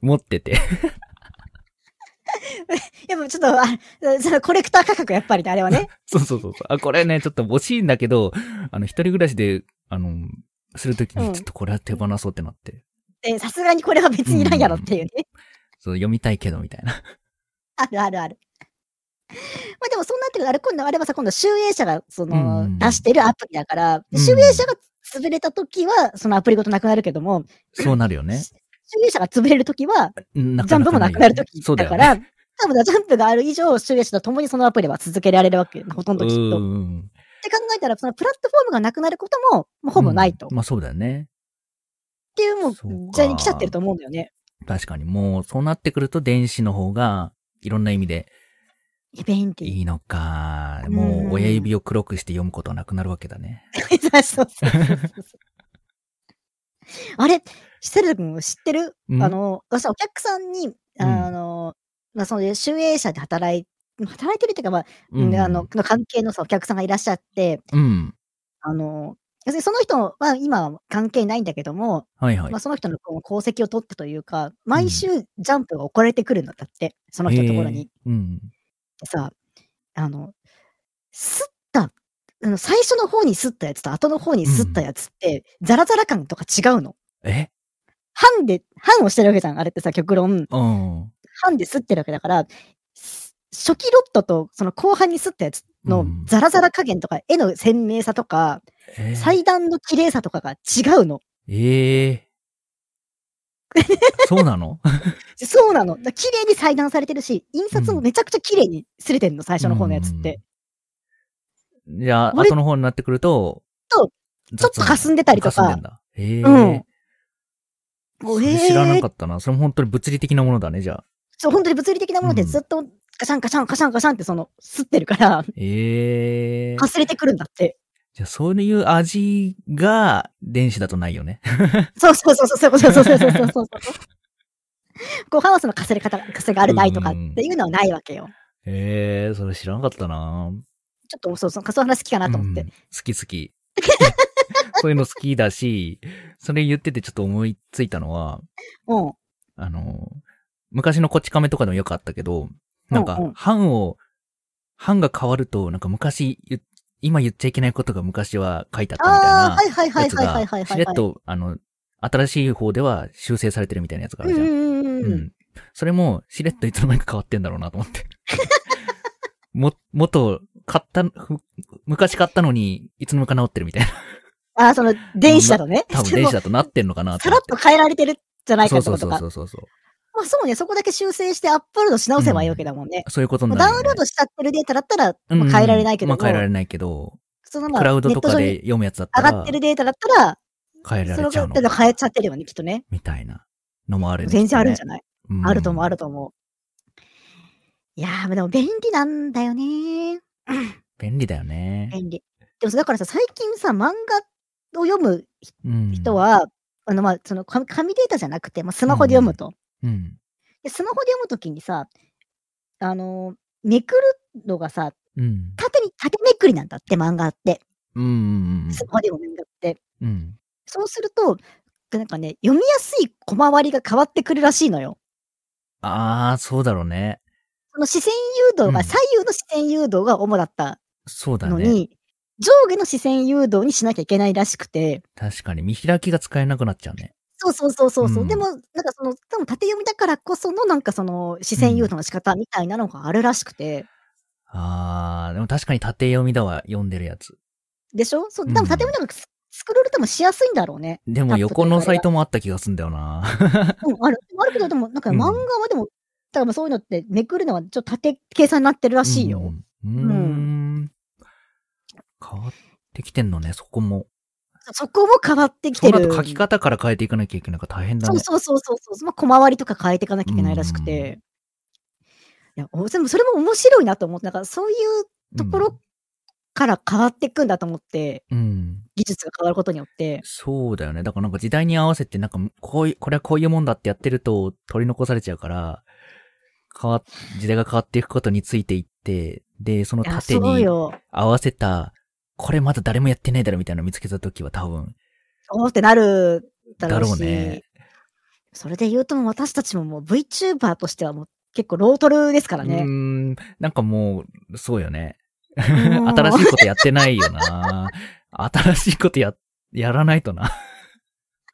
Speaker 1: 持ってて。
Speaker 2: でもちょっと、あそのコレクター価格やっぱりね、あれはね。
Speaker 1: そうそうそうそう。あ、これね、ちょっと欲しいんだけど、あの、一人暮らしで、あの、するとき
Speaker 2: うん
Speaker 1: に、ちょっとこれは手放そうってなって。
Speaker 2: でさすがにこれは別にいらんやろっていうね。
Speaker 1: そう、読みたいけど、みたいな。
Speaker 2: あるあるある。まあでもそうなってくるあれ今度あればさ、今度集英社がそ
Speaker 1: うんう
Speaker 2: の
Speaker 1: ん
Speaker 2: 出してるアプリだから、
Speaker 1: うん
Speaker 2: 集英社が潰れた時はそのアプリごとなくなるけども、
Speaker 1: そうなるよね。
Speaker 2: 集英社が潰れる時は
Speaker 1: な
Speaker 2: ジ
Speaker 1: か
Speaker 2: ャン
Speaker 1: な
Speaker 2: プも
Speaker 1: か
Speaker 2: ないく
Speaker 1: よね
Speaker 2: なる時
Speaker 1: そうだ
Speaker 2: だ
Speaker 1: よ
Speaker 2: か
Speaker 1: ね
Speaker 2: ら、多分ジャンプがある以上、集英社と共にそのアプリは続けられるわけよ、ほとんどきっと。
Speaker 1: う
Speaker 2: っ
Speaker 1: んうん
Speaker 2: て考えたら、そのプラットフォームがなくなることももうほぼないと。
Speaker 1: うん
Speaker 2: っ
Speaker 1: まあそうだよね。
Speaker 2: ていう、もう
Speaker 1: そうか
Speaker 2: 時代に来ちゃってると思うんだよね。
Speaker 1: 確かに。もう、そうなってくると、電子の方が、いろんな意味で
Speaker 2: 便利。
Speaker 1: いいのか。
Speaker 2: うん
Speaker 1: もう、親指を黒くして読むことはなくなるわけだね。
Speaker 2: そうそうそうそうそうあれ、セル君知ってる、
Speaker 1: うん
Speaker 2: あの、私お客さんに、あの、まあ、その、集英社で働い、働いてるっていうか、まあ、
Speaker 1: うん
Speaker 2: あの、の関係のさ、お客さんがいらっしゃって、
Speaker 1: うん。
Speaker 2: あの、別にその人は今は関係ないんだけども、
Speaker 1: はいはい
Speaker 2: まあ、。その人のこう功績を取ってというか、毎週ジャンプが送られてくるんだって、その人のところ
Speaker 1: へ
Speaker 2: に。
Speaker 1: え。うん。
Speaker 2: さ、あの、吸った、あの最初の方に吸ったやつと後の方に吸ったやつって、ザラザラ感とか違うの。
Speaker 1: え
Speaker 2: 半で、半をしてるわけじゃん。あれってさ、極論。
Speaker 1: うん。
Speaker 2: 半で吸ってるわけだから、す初期ロットとその後半に吸ったやつ
Speaker 1: う
Speaker 2: の
Speaker 1: ん
Speaker 2: ザラザラ加減とか、絵の鮮明さとか、
Speaker 1: え
Speaker 2: 祭壇の綺麗さとかが違うの。
Speaker 1: ええ そうな の
Speaker 2: そうなの。だ綺麗に裁断されてるし、印刷もめちゃくちゃ綺麗にすれてんの、最初の方のやつって。
Speaker 1: じゃあ、
Speaker 2: 俺
Speaker 1: 後の方になってくると、
Speaker 2: とちょっと霞んでたりとか
Speaker 1: 霞んでんだ。ええ
Speaker 2: うん
Speaker 1: それ知らなかったな。それも本当に物理的なものだね、じゃあ。
Speaker 2: そう、本当に物理的なもので
Speaker 1: うん
Speaker 2: ずっと、カシャンカシャンカシャンカシャンってその、吸ってるから、
Speaker 1: ええ
Speaker 2: かすれてくるんだって。
Speaker 1: じゃあ、そういう味が、電子だとないよね。
Speaker 2: そうそうそうそうそうそうそうそうそうそうそう。ご飯はそのかすれ方、かすれがあるないとかっていうのはないわけよ。
Speaker 1: ええそれ知らなかったな。
Speaker 2: ちょっとそうそう、そういう話好きかなと思って。
Speaker 1: うん好き好き。 そういうの好きだし、それ言っててちょっと思いついたのは、
Speaker 2: うん。
Speaker 1: あの、昔のこち亀とかでもよくあったけど、なん
Speaker 2: うんうん
Speaker 1: か、版を、版が変わると、なんか昔言っ、今言っちゃいけないことが昔は書いてあったみ
Speaker 2: ああ、
Speaker 1: た
Speaker 2: はいいはい
Speaker 1: な
Speaker 2: は
Speaker 1: や
Speaker 2: い
Speaker 1: つ
Speaker 2: はいは
Speaker 1: が
Speaker 2: いはい、はい。
Speaker 1: しれっと、あの、新しい方では修正されてるみたいなやつがあ
Speaker 2: うん
Speaker 1: る
Speaker 2: う
Speaker 1: じゃん。
Speaker 2: んうんう。
Speaker 1: うんん。それも、しれっといつの間にか変わってんだろうなと思って。 も、元、買った、ふ昔買ったのに、いつの間にか治ってるみ たいな。
Speaker 2: ああ、その、電子だとね。
Speaker 1: 多分電子
Speaker 2: だ
Speaker 1: だとなってんのかな
Speaker 2: さらっと変えられてるんじゃない
Speaker 1: そ
Speaker 2: かっ
Speaker 1: う
Speaker 2: て
Speaker 1: そう
Speaker 2: こと
Speaker 1: そ
Speaker 2: か。
Speaker 1: うそうそう。
Speaker 2: まあそうね、そこだけ修正してアップロードし直せばいいわけだもんね。
Speaker 1: そういうことに
Speaker 2: ま
Speaker 1: な
Speaker 2: あ
Speaker 1: るよ
Speaker 2: ダ
Speaker 1: ね。
Speaker 2: ウンロードしちゃってるデータだったら、
Speaker 1: うん
Speaker 2: まあ、変えられないけど
Speaker 1: ま
Speaker 2: も、
Speaker 1: あ変えられないけど、
Speaker 2: そのまあ
Speaker 1: クラウドとか
Speaker 2: ネット
Speaker 1: で読むやつだった
Speaker 2: 上
Speaker 1: ら、
Speaker 2: がってるデータだったら、
Speaker 1: 変えら
Speaker 2: そ
Speaker 1: れ
Speaker 2: の
Speaker 1: ちゃうの
Speaker 2: 程度変えちゃってるよね、きっとね。
Speaker 1: みたいなのもある
Speaker 2: 全然あるんじゃ
Speaker 1: な
Speaker 2: ない、
Speaker 1: い、うん
Speaker 2: あると思う、あると思う。いやー、でも便利なんだよね。
Speaker 1: 便利だよね。
Speaker 2: 便利。でもさだからさ、最近さ、漫画を読む
Speaker 1: うん。
Speaker 2: 人、は、あの、まあ、その、紙紙データじゃなくて、まあ、スマホで読むと。
Speaker 1: うん。
Speaker 2: でスマホで読むときにさ、あの、めくるのがさ、
Speaker 1: うん。
Speaker 2: 縦に、縦めくりなんだって、漫画って。
Speaker 1: うんうん
Speaker 2: スマホで読むんだって。
Speaker 1: うん。うん。
Speaker 2: そうすると、なんかね、読みやすい小回りが変わってくるらしいのよ。
Speaker 1: ああ、そうだろうね。
Speaker 2: その視線誘導
Speaker 1: う
Speaker 2: が、
Speaker 1: ん
Speaker 2: 左右の視線誘導が主だった
Speaker 1: そうだ
Speaker 2: の
Speaker 1: ね。
Speaker 2: に、上下の視線誘導にしなきゃいけないらしくて、
Speaker 1: 確かに見開きが使えなくなっちゃうね。
Speaker 2: そうそうそうそうそう、
Speaker 1: うん
Speaker 2: でも、なんかその、多分縦読みだからこその、なんかその、視線誘導の仕方みたいなのがあるらしくて、
Speaker 1: ああ、でも確かに縦読みだわ、読んでるやつ。
Speaker 2: でしょそう、
Speaker 1: うん
Speaker 2: 多分縦読みだからススクロール多分しやすいんだろ うね。
Speaker 1: でも横のサイトもあった気がすんだよな。
Speaker 2: うん、ある。あるけど、でも、なんか
Speaker 1: うん
Speaker 2: 漫画はでも、だからまあそういうのって、めくるのはちょっと縦計算になってるらしいよ。
Speaker 1: うん。うーん変わってきてんのね、そこも。
Speaker 2: そこも変わってき
Speaker 1: そ
Speaker 2: て
Speaker 1: うな
Speaker 2: る。
Speaker 1: ると書き方から変えていかなきゃいけないから大変だ
Speaker 2: そう
Speaker 1: ね。
Speaker 2: そうそうそうそう。まあ、小回りとか変えていかなきゃいけないらしく
Speaker 1: うん
Speaker 2: て。いや、おでもそれも面白いなと思って、なんかそういうところから変わっていくんだと思って、
Speaker 1: うん、うん。
Speaker 2: 技術が変わることによって。
Speaker 1: そうだよね。だからなんか時代に合わせて、なんか、こういう、これはこういうもんだってやってると取り残されちゃうから、変わ、時代が変わっていくことについていって、で、その
Speaker 2: いや、
Speaker 1: 縦
Speaker 2: そう
Speaker 1: に
Speaker 2: よ。
Speaker 1: 合わせた、これまだ誰もやってないだろみたいなの見つけたときは多分、
Speaker 2: おーってなるだろ
Speaker 1: だ
Speaker 2: うし。
Speaker 1: ろうね
Speaker 2: それで言うともう私たちももう VTuber としてはもう結構ロートルですから
Speaker 1: うー
Speaker 2: ね。
Speaker 1: ん、なんかもう、そうよね。
Speaker 2: ん
Speaker 1: 新しいことやってないよな。新しいことや、やらないとな。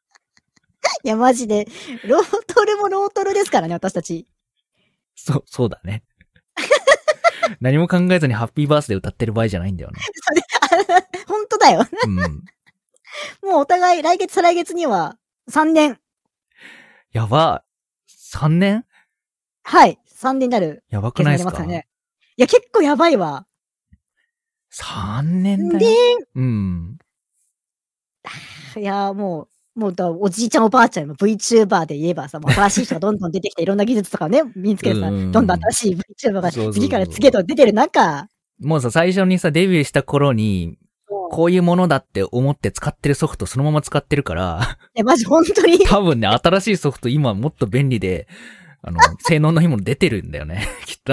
Speaker 2: いや、マジで。ロートルもロートルですからね、私たち。
Speaker 1: そう、そうだね。何も考えずにハッピーバースデー歌ってる場合じゃないんだよね。
Speaker 2: 本当だよ。
Speaker 1: うん。
Speaker 2: もうお互い来月再来月には3年。
Speaker 1: やば。3年
Speaker 2: はい。3年になる
Speaker 1: やばく
Speaker 2: 計
Speaker 1: ないで
Speaker 2: 算になり
Speaker 1: す
Speaker 2: ますか
Speaker 1: から
Speaker 2: ね。いや、結構やばいわ。
Speaker 1: 3年だ
Speaker 2: で
Speaker 1: よ。、うん。
Speaker 2: いや、もう、もうだ、おじいちゃんおばあちゃんも VTuber で言えば さ、もう新しい人がどんどん出てきて、いろんな技術とかをね、身につけてさ、
Speaker 1: うんうんうん
Speaker 2: どんどん新しい VTuber が
Speaker 1: そうそうそう
Speaker 2: 次から次へと出てる中、
Speaker 1: もうさ、最初にさ、デビューした頃に、こういうものだって思って使ってるソフトそのまま使ってるから、
Speaker 2: いや、マジ本当に、
Speaker 1: 多分ね、新しいソフト今もっと便利で、あの、性能のいいもの出てるんだよね、 きっと。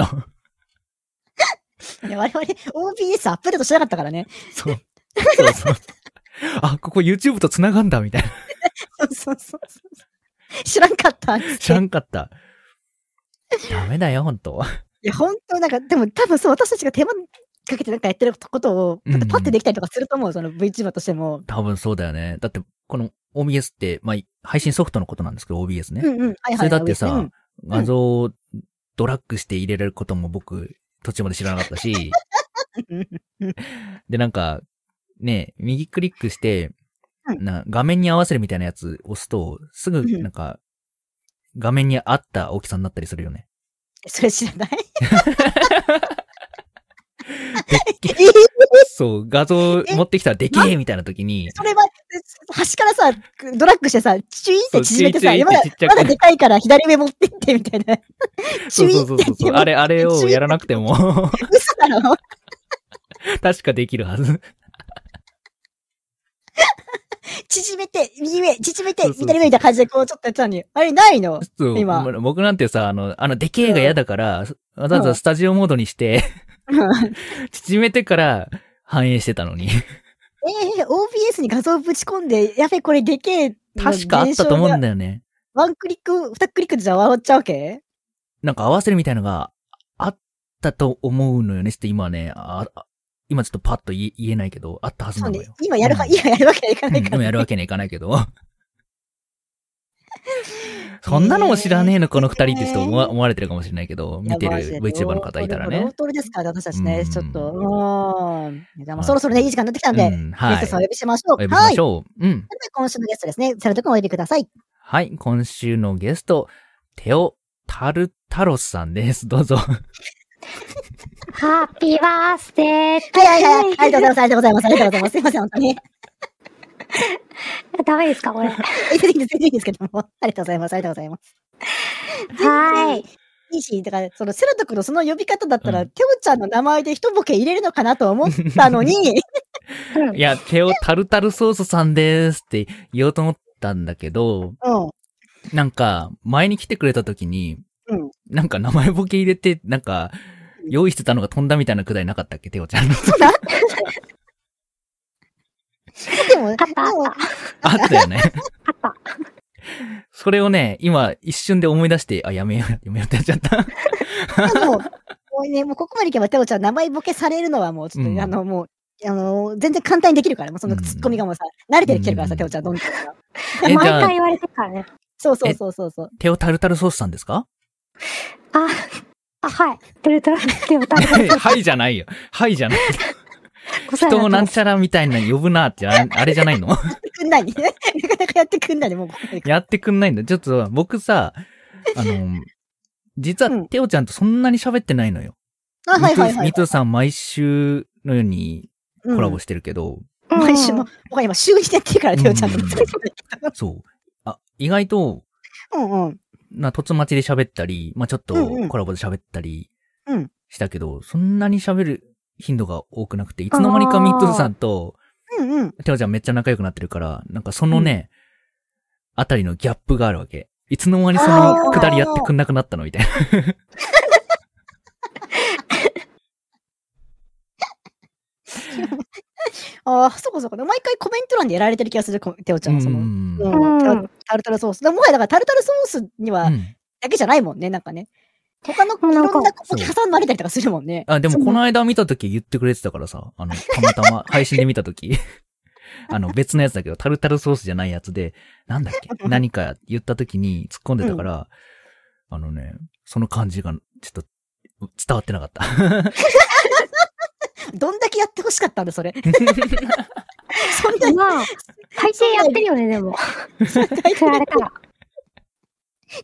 Speaker 2: いや我々 OBS アップデートしなかったからね。
Speaker 1: そう。そうそう。あ、ここ YouTube と繋がんだ、みたいな。
Speaker 2: そうそうそうそう。知らんかったっつって
Speaker 1: 知らんかった。ダメだよ、ほんと。
Speaker 2: いや、本当なんか、でも多分そう、私たちが手間かけてなんかやってることを、
Speaker 1: うんうん
Speaker 2: パッてできたりとかすると思う、その VTuber としても。
Speaker 1: 多分そうだよね。だって、この OBS って、まあ、配信ソフトのことなんですけど、OBS ね。
Speaker 2: うんうん。はいはいはい。
Speaker 1: それだってさ
Speaker 2: うん
Speaker 1: 画像をドラッグして入れれることも僕、途中まで知らなかったし
Speaker 2: うん。
Speaker 1: で、なんか、ね、右クリックして、
Speaker 2: うん
Speaker 1: な画面に合わせるみたいなやつ押すと、すぐ、
Speaker 2: うん
Speaker 1: なんか、画面に合った大きさになったりするよね。
Speaker 2: それ知らないえー
Speaker 1: そう、画像
Speaker 2: え
Speaker 1: 持ってきたらでけえみたいな時に、
Speaker 2: それは、端からさ、ドラッグしてさ、チュインっ
Speaker 1: そ
Speaker 2: て
Speaker 1: う
Speaker 2: 縮めてさ、
Speaker 1: チュ
Speaker 2: い
Speaker 1: イー
Speaker 2: や
Speaker 1: ンっ
Speaker 2: まだ
Speaker 1: てちっちゃく
Speaker 2: まだでかいから左上持ってってみたいな。チ
Speaker 1: そ
Speaker 2: ュ
Speaker 1: う
Speaker 2: イ
Speaker 1: そ
Speaker 2: ン
Speaker 1: う
Speaker 2: っ
Speaker 1: そう
Speaker 2: て
Speaker 1: そう
Speaker 2: やって
Speaker 1: あれ、あれをやらなくても、
Speaker 2: 嘘だろ
Speaker 1: 確かできるはず。
Speaker 2: 縮めて、右上、縮めて
Speaker 1: そう、そうそう
Speaker 2: 左上みたいな感じでこうちょっとやってたのに、あれないの
Speaker 1: そう
Speaker 2: 今
Speaker 1: 僕なんてさ、あの、あの、でけえが嫌だから、わざわざスタジオモードにして、縮めてから反映してた のに。
Speaker 2: ええ OBS に画像ぶち込んで、やべ、これでけえの
Speaker 1: 確かあったと思うん
Speaker 2: 現象が
Speaker 1: だよね。
Speaker 2: ワンクリック、二クリックでじゃあ終わっちゃうわけ
Speaker 1: なんか合わせるみたいのがあったと思うのよね。ちょっと今ね、ああ今ちょっとパッと言え言えないけど、あったはず
Speaker 2: そ
Speaker 1: な
Speaker 2: う
Speaker 1: の
Speaker 2: ね
Speaker 1: よ。。
Speaker 2: 今やるは、
Speaker 1: うん
Speaker 2: 今やるわけにはいか
Speaker 1: う
Speaker 2: なんい
Speaker 1: で
Speaker 2: か
Speaker 1: も
Speaker 2: ら。
Speaker 1: やるわけにはいかないけ ど。そんなのも知らねえの、この二人ってちょっと思わ思われてるかもしれないけど、見てる VTuber の方いたら
Speaker 2: ロ
Speaker 1: ね
Speaker 2: ー。トルですから、私たち
Speaker 1: う
Speaker 2: ね。
Speaker 1: ん
Speaker 2: ちょっと、うーん。じゃあ
Speaker 1: は
Speaker 2: もう
Speaker 1: い
Speaker 2: そろそろね、いい時間になってきたん
Speaker 1: う
Speaker 2: で、
Speaker 1: ん、
Speaker 2: ゲ
Speaker 1: は
Speaker 2: スト
Speaker 1: い
Speaker 2: さん。お呼びしましょ
Speaker 1: お
Speaker 2: う。
Speaker 1: 呼びしま
Speaker 2: はい。
Speaker 1: し
Speaker 2: そ
Speaker 1: ょう。うん。
Speaker 2: れでは今週のゲストですね。セラト君お呼びください。
Speaker 1: はい、今週のゲスト、テオ・タルタロスさんです。どうぞ。
Speaker 3: ハッピーバースデー
Speaker 2: はいはいはいはい。ありがとうございます。ありがとうございます。ありがとうございます。すいません、本当に。
Speaker 3: ダメですかこれ。は
Speaker 2: え全然いいです、全然いいですけども。ありがとうございます。ありがとうございます。
Speaker 3: ーい。
Speaker 2: いいし、だから、そのセラト君のその呼び方だったら、
Speaker 1: うん
Speaker 2: テオちゃんの名前で一ボケ入れるのかなと思ったのに、
Speaker 1: いや、テオタルタルソースさんですって言おうと思ったんだけど、
Speaker 2: うん。
Speaker 1: なんか、前に来てくれた時に、
Speaker 2: うん
Speaker 1: なんか名前ボケ入れて、なんか、用意してたのが飛んだみたいなくだりなかったっけ、テオちゃん。
Speaker 2: でも、で
Speaker 3: あったあ
Speaker 2: も
Speaker 3: っ、
Speaker 1: あったよね。
Speaker 3: あった。
Speaker 1: それをね、今、一瞬で思い出して、あ、やめよう、やめようってやっちゃった。
Speaker 2: でも、もうね、もうここまでいけば、テオちゃん、名前ボケされるのはもう、ちょっと、
Speaker 1: うん
Speaker 2: あの、もう、あの、全然簡単にできるから、もうその
Speaker 1: うん
Speaker 2: ツッコミがもうさ、慣れてきてるから
Speaker 1: う
Speaker 2: さ、
Speaker 1: ん
Speaker 2: テオちゃん、どんどんさ。
Speaker 1: え
Speaker 3: 毎
Speaker 1: じゃあ
Speaker 3: 回言われてるからね。
Speaker 2: そうそうそうそうそう。
Speaker 1: テオタルタルソースさんですか
Speaker 3: あ、あ、はい。トゥルトゥルって歌って
Speaker 1: はいじゃないよ。はいじゃない。
Speaker 3: お世話
Speaker 1: 人を
Speaker 3: に
Speaker 1: な
Speaker 3: なっ
Speaker 1: ん
Speaker 3: て
Speaker 1: ちゃらみたいなの呼ぶなって、ああれじゃないの
Speaker 2: くんないね。なかなかやってくんないね、もうここまで。
Speaker 1: やってくんないんだ。ちょっと、僕さ、あの、 実
Speaker 2: う
Speaker 1: は
Speaker 2: ん
Speaker 1: テオちゃんとそんなに喋ってないのよ。
Speaker 2: あ、はいはいはい
Speaker 1: ミ。トさん毎週のように
Speaker 2: うん
Speaker 1: コラボしてるけど、
Speaker 3: ます
Speaker 2: 毎週も、僕は今、週一でやってるから、テオちゃん
Speaker 1: う
Speaker 2: と。
Speaker 1: んそう。あ、意外と、
Speaker 2: うんうん。
Speaker 1: な、突待ちで喋ったり、まあちょっと
Speaker 2: うんうん
Speaker 1: コラボで喋ったり
Speaker 2: うん
Speaker 1: したけど、そんなに喋る頻度が多くなくて、いつの間にかミッドさんと、
Speaker 2: うんうん。
Speaker 1: テオちゃんめっちゃ仲良くなってるから、なんかそのね、あたりのギャップがあるわけ。いつの間にそのくだりやってくんなくなったのみたいな。
Speaker 2: ああ、そこそこ。でも毎回コメント欄でやられてる気がする、こテオちゃんはその。う
Speaker 1: ん
Speaker 2: ん
Speaker 3: う
Speaker 2: テ
Speaker 3: ん
Speaker 2: オタルタルソース。でももはやだからタルタルソースには、
Speaker 1: うん
Speaker 2: だけじゃないもんね、なんかね。他のいろん
Speaker 3: なんか
Speaker 2: なお客さんまれたりとかするもんね。
Speaker 1: あ、でもこの間見たとき言ってくれてたからさ、あの、たまたま配信で見たとき、 あの、別のやつだけど、タルタルソースじゃないやつで、なんだっけ何か言ったときに突っ込んでたから、あのね、その感じが、ちょっと、伝わってなかった。
Speaker 2: どんだけやってほしかったんだ、それ。 そんなに
Speaker 3: まあ、大抵やってるよね、でも。
Speaker 2: 大
Speaker 3: 振られ
Speaker 2: 抵、
Speaker 3: たら。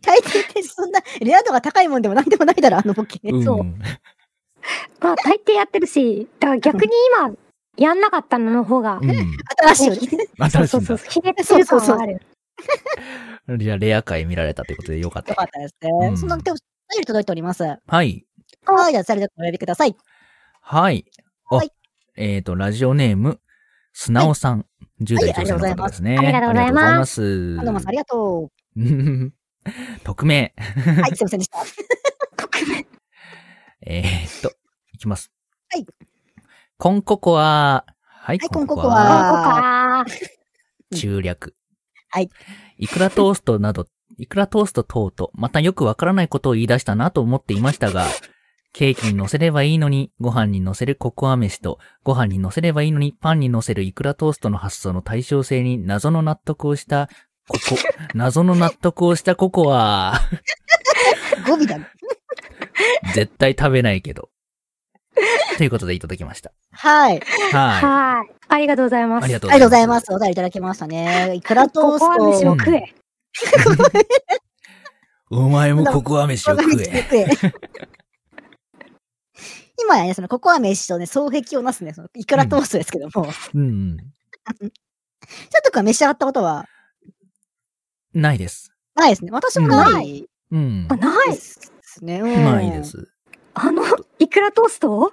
Speaker 2: 大抵ってそんな、レア度が高いもんでもなんでもないだろ、あのボケ。
Speaker 1: ん
Speaker 3: そうまあ、大抵やってるし、だから逆に今、やんなかったのの方が
Speaker 1: う、ん。
Speaker 2: 新しいよね。
Speaker 1: 新しい
Speaker 3: そ
Speaker 1: ん
Speaker 3: うそう
Speaker 1: だ。
Speaker 3: そう、ひねってる感はある。
Speaker 1: じゃあ、レア回見られたということでよかっ
Speaker 2: よ
Speaker 1: た。
Speaker 2: かったです
Speaker 1: う
Speaker 2: ね。
Speaker 1: ん
Speaker 2: そんな、でも、メール届いております。は
Speaker 1: はい。
Speaker 2: い、じゃあ、それでお選びください。
Speaker 1: はい。あ、
Speaker 2: はい
Speaker 1: えっ、と、ラジオネーム、すなおさん、10代女性の方ですね。
Speaker 3: ありがとうございま
Speaker 1: あ
Speaker 3: す
Speaker 1: りがと
Speaker 2: どう
Speaker 1: うご
Speaker 2: も
Speaker 1: ざい
Speaker 2: ありがと
Speaker 1: ます。 匿名。
Speaker 2: う。はい、すいませんでした。
Speaker 1: えー、っ と、いきます。
Speaker 2: はい。
Speaker 1: コンココア。はい、
Speaker 2: はいコンココア
Speaker 3: あ
Speaker 2: あー
Speaker 3: あ、ここか。
Speaker 1: 中略。
Speaker 2: はい。
Speaker 1: いくらトースト など、いくらトースト等と、またよくわからないことを言い出したなと思っていましたが、ケーキに乗せればいいのに、ご飯に乗せるココア飯と、ご飯に乗せればいいのに、パンに乗せるいくらトーストの発想の対称性に謎の納得をした、こ こ、謎の納得をしたココア。
Speaker 2: 語尾だね。
Speaker 1: 絶対食べないけど。ということでいただきました。
Speaker 2: はい。
Speaker 1: はい。
Speaker 3: はい。ありがとうございます。
Speaker 1: ありがとう
Speaker 2: ありがとうござい
Speaker 1: ま。
Speaker 2: ますす。お便りいただきましたね。いくらトース
Speaker 3: ここは飯
Speaker 2: ト
Speaker 3: を食え。
Speaker 1: お前もココア飯を食 え。
Speaker 2: 今やね、そのココア飯とね、双璧をなすね、そのいくらトーストですけども、ちょ
Speaker 1: うん。
Speaker 2: っとか召し上がったことは
Speaker 1: ないです。
Speaker 2: ないですね。私もない
Speaker 1: うん
Speaker 3: あ。ない
Speaker 2: ですね。うん
Speaker 1: ないで。す。
Speaker 3: あの、いくらトース
Speaker 1: う
Speaker 3: ト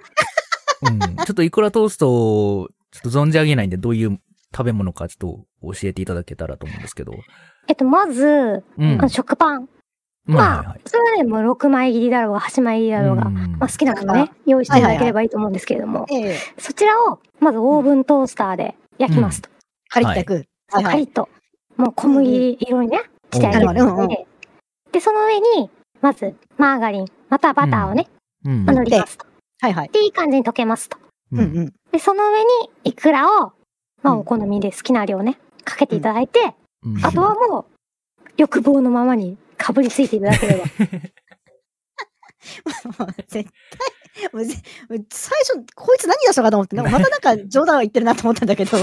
Speaker 1: ん。ちょっといくらトーストを、ちょっと存じ上げないんで、どういう食べ物かちょっと教えていただけたらと思うんですけど。
Speaker 3: えっと、まず、
Speaker 1: うん
Speaker 3: あの。食パン。
Speaker 1: まあ
Speaker 3: ま
Speaker 1: はいは
Speaker 3: あ
Speaker 1: い、
Speaker 3: それはね、もう6枚切りだろうが、8枚切りだろうが、
Speaker 1: うん
Speaker 3: まあ、好きなのね、用意していただければいいと思うんですけれども、
Speaker 2: ええ、
Speaker 3: そちらを、まずオーブントースターで焼きますと。
Speaker 2: カリッと焼く。はい
Speaker 3: カ
Speaker 2: は
Speaker 3: リッ
Speaker 2: い。
Speaker 3: と。もう小麦色にね、してあげ
Speaker 1: なる
Speaker 3: て、
Speaker 1: ほ
Speaker 2: どうんうん
Speaker 3: で、その上に、まず、マーガリン、またはバターをね、
Speaker 1: うん
Speaker 3: まあ塗りますと。
Speaker 2: はいはい。
Speaker 3: で、いい感じに溶けますと。
Speaker 2: うんうん。
Speaker 3: で、その上に、イクラを、まあ、
Speaker 2: うん
Speaker 3: お好みで好きな量ね、かけていただいて、
Speaker 1: うん
Speaker 3: あとはもう、欲望のままにかぶりついていただければ。
Speaker 2: もう絶対、もうぜもう最初、こいつ何出したのかと思って、なんかまたなんか冗談を言ってるなと思ったんだけど、
Speaker 1: う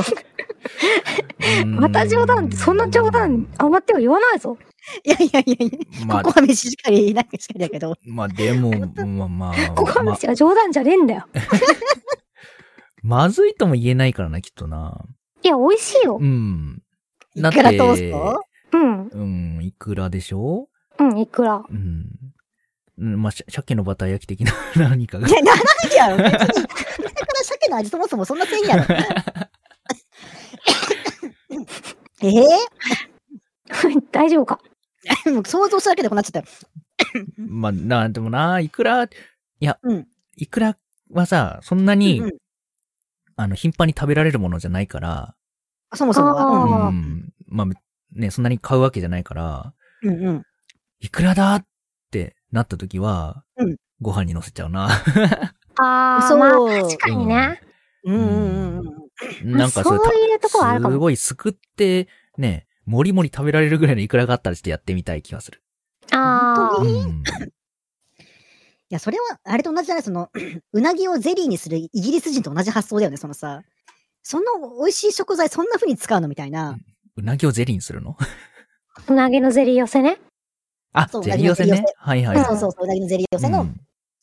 Speaker 1: ん
Speaker 3: また冗談、そんな冗談、余っては言わないぞ。
Speaker 2: いやいやいやいや、
Speaker 1: まあ
Speaker 2: コ、コア飯しかり、なんかしかりだけど、
Speaker 1: まあで も、まあまあ、
Speaker 3: ここは
Speaker 1: まあ
Speaker 3: 飯は冗談じゃねえんだよ。
Speaker 1: まずいとも言えないからな、きっとな。
Speaker 3: いや、美味しいよ
Speaker 1: う。ん。
Speaker 2: い
Speaker 1: だって
Speaker 2: くらトースト
Speaker 3: うん、
Speaker 1: うん、いくらでしょ
Speaker 3: うん、いくら。
Speaker 1: う うん。うんまあ、しゃ鮭のバター焼き的な 何かが
Speaker 2: い。や、ならんやろ。別に、だから鮭の味そもそもそんなせんやろ。え
Speaker 3: 大丈夫か。
Speaker 2: えもう想像しただけでこうなっちゃったよ。
Speaker 1: まあ、な、でもな、いくら、いや、
Speaker 2: うん
Speaker 1: いくらはさ、そんなに、
Speaker 2: うんうん
Speaker 1: あの、頻繁に食べられるものじゃないから、
Speaker 2: そもそも
Speaker 3: あ
Speaker 2: は。
Speaker 3: ー
Speaker 1: うん、まあ、ね、そんなに買うわけじゃないから、
Speaker 2: うんうんうん。
Speaker 1: いくらだってなった時は、
Speaker 2: うん
Speaker 1: ご飯に乗せちゃうな。
Speaker 3: ああ、
Speaker 2: そう
Speaker 3: まあ確かにね。
Speaker 2: うんうんうんうん。
Speaker 1: なんかそういう
Speaker 3: まあそういうとこはあるかも
Speaker 1: すごいすくって、ね、もりもり食べられるぐらいのいくらがあったらちょっとやってみたい気がする。
Speaker 3: あ
Speaker 1: う
Speaker 3: あ、
Speaker 1: ん、
Speaker 2: いや、それは、あれと同じじゃないその、 うなぎをゼリーにするイギリス人と同じ発想だよね、そのさ。そんな美味しい食材、そんな風に使うのみたいな。
Speaker 1: うなぎをゼリーにするの
Speaker 3: うなぎのゼリー寄せね。
Speaker 1: あ
Speaker 2: そ、う
Speaker 1: ゼリー寄せね。はいはいはい。
Speaker 2: そうそうそう、うなぎのゼリー寄せの
Speaker 1: う
Speaker 2: イ
Speaker 1: ん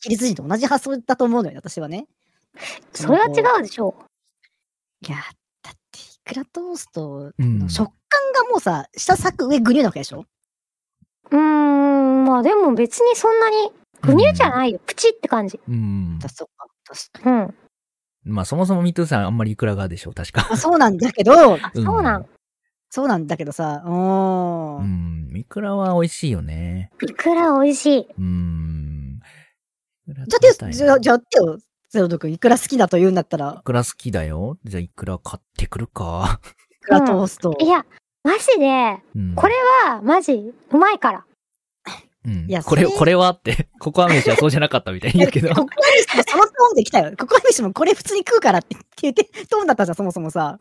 Speaker 2: ギリス人と同じ発想だと思うのよね、私はね。
Speaker 3: それは違うでしょ
Speaker 2: いや、だって、いくらトースト
Speaker 1: うん
Speaker 2: の食感がもうさ、下サク上グニューなわけでしょ
Speaker 3: う。うーん、まあでも別にそんなに、ぐにゅじゃないよ。プチって感じ。
Speaker 1: うん。
Speaker 2: だそっか、確かに。
Speaker 3: うん。
Speaker 1: まあそもそもミトゥさんあんまりいくらがでしょう、確か。
Speaker 2: まあ、そうなんだけど、
Speaker 3: あ、そうなん。
Speaker 2: そうなんだけどさ、う
Speaker 1: う
Speaker 2: ーん。
Speaker 1: ん。いくらは美味しいよね。
Speaker 3: いくら美味しい。
Speaker 1: うん。
Speaker 2: じゃあ手を、じゃあ、
Speaker 1: ゃ
Speaker 2: じゃあ手を、ゼロド君、いくら好きだと言うんだったら
Speaker 1: い、くら好きだよ。じゃあいくら買ってくるか。
Speaker 2: いくらトーストを。
Speaker 3: いや、マジで、
Speaker 1: うん
Speaker 3: これは、マジ、うまいから。
Speaker 1: うん
Speaker 2: いや
Speaker 1: これ、
Speaker 2: それ
Speaker 1: これはって、 ここは飯はそうじゃなかったみたいに言うけど。
Speaker 2: ここは飯もそのトーンで来たよ。ここは飯もこれ普通に食うからって言って、トーンだったじゃん、そもそもさ。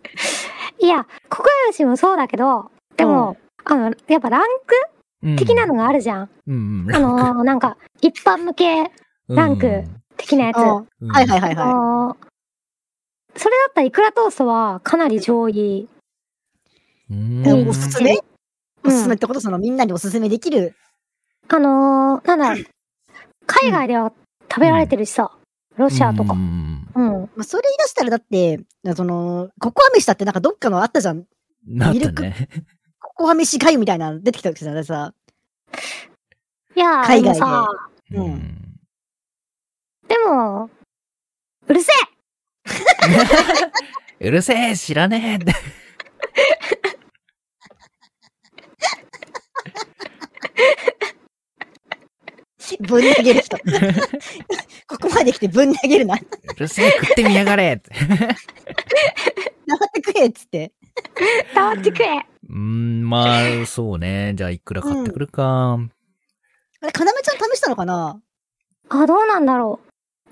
Speaker 3: いや、ここよしもそうだけど、でも、あの、やっぱランク的なのがあるじゃん。
Speaker 1: うんうん、
Speaker 3: あの ー、なんか、一般向けランク的なやつ。あ
Speaker 2: は
Speaker 1: うん
Speaker 2: いはいはいは
Speaker 3: のーそれだったらいくらトーストはかなり上位。
Speaker 1: うん
Speaker 2: い。え
Speaker 3: うん
Speaker 2: おすすめ
Speaker 3: う
Speaker 2: お
Speaker 3: ん
Speaker 2: すすめってことそのみんなにおすすめできる。
Speaker 3: あのーなんだろう、海外では食べられてるしさ、ロシアとか
Speaker 1: う。ん
Speaker 3: うん。
Speaker 2: まあ、それ言い出したらだって、その、ココア飯だってなんかどっかのあったじゃん。
Speaker 1: なっ
Speaker 2: ミ
Speaker 1: た
Speaker 2: ルク
Speaker 1: ね。
Speaker 2: ココア飯がゆみたいなの出てきたわけじゃないさ。
Speaker 3: いやー、
Speaker 2: 海
Speaker 3: でも
Speaker 2: 外で
Speaker 3: さ、
Speaker 2: うん
Speaker 1: うん
Speaker 3: でも、うるせえ
Speaker 1: うるせえ知らねえって。
Speaker 2: ぶん投げる人。こ こまで来てぶん投げるな。
Speaker 1: うるせえ食ってみやがれって。
Speaker 2: 黙ってくれっつって。
Speaker 3: 黙ってくれ
Speaker 1: うん、まあ、そうね。じゃあ、いくら買ってくるか。
Speaker 2: あれ、かなめちゃん試したのかな
Speaker 3: あ、どうなんだろ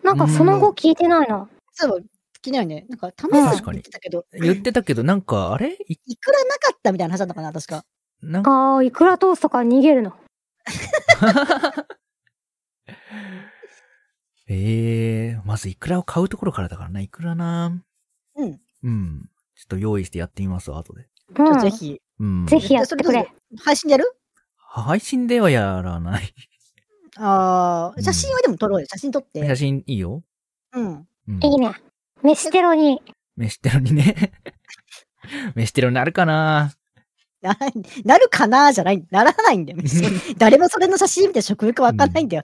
Speaker 3: う。なんかその後聞いてないな。
Speaker 2: そういえば、聞きなよね。なんか試したって言ってたけど、
Speaker 1: 言ってたけど、なんか、あれい
Speaker 2: いくらなかったみたいな話だったかな、確か。
Speaker 1: なんか、
Speaker 3: ああ、いくらトーストから逃げるの。
Speaker 1: ええまずいくらを買うところからだからな。いくらな。
Speaker 2: うん。ち
Speaker 1: うん。ちょっと用意してやってみますわ、後で。
Speaker 3: う
Speaker 2: ょっ
Speaker 3: ん
Speaker 2: とぜ。ひ。
Speaker 1: うん。
Speaker 3: ぜひやってくれ。
Speaker 2: 配信でやる
Speaker 1: 配信ではやらない。
Speaker 2: あ
Speaker 1: う
Speaker 2: あ、
Speaker 1: ん
Speaker 2: 写真はでも撮ろうよ。写真撮って。
Speaker 1: 写真いいよ。
Speaker 2: うん。
Speaker 1: うん。
Speaker 3: いいね。飯テロに。
Speaker 1: 飯テロにね。飯テロになるかな
Speaker 2: な、なるかなーじゃない、ならないんだよ。別に誰もそれの写真見て食欲わかんないんだよ。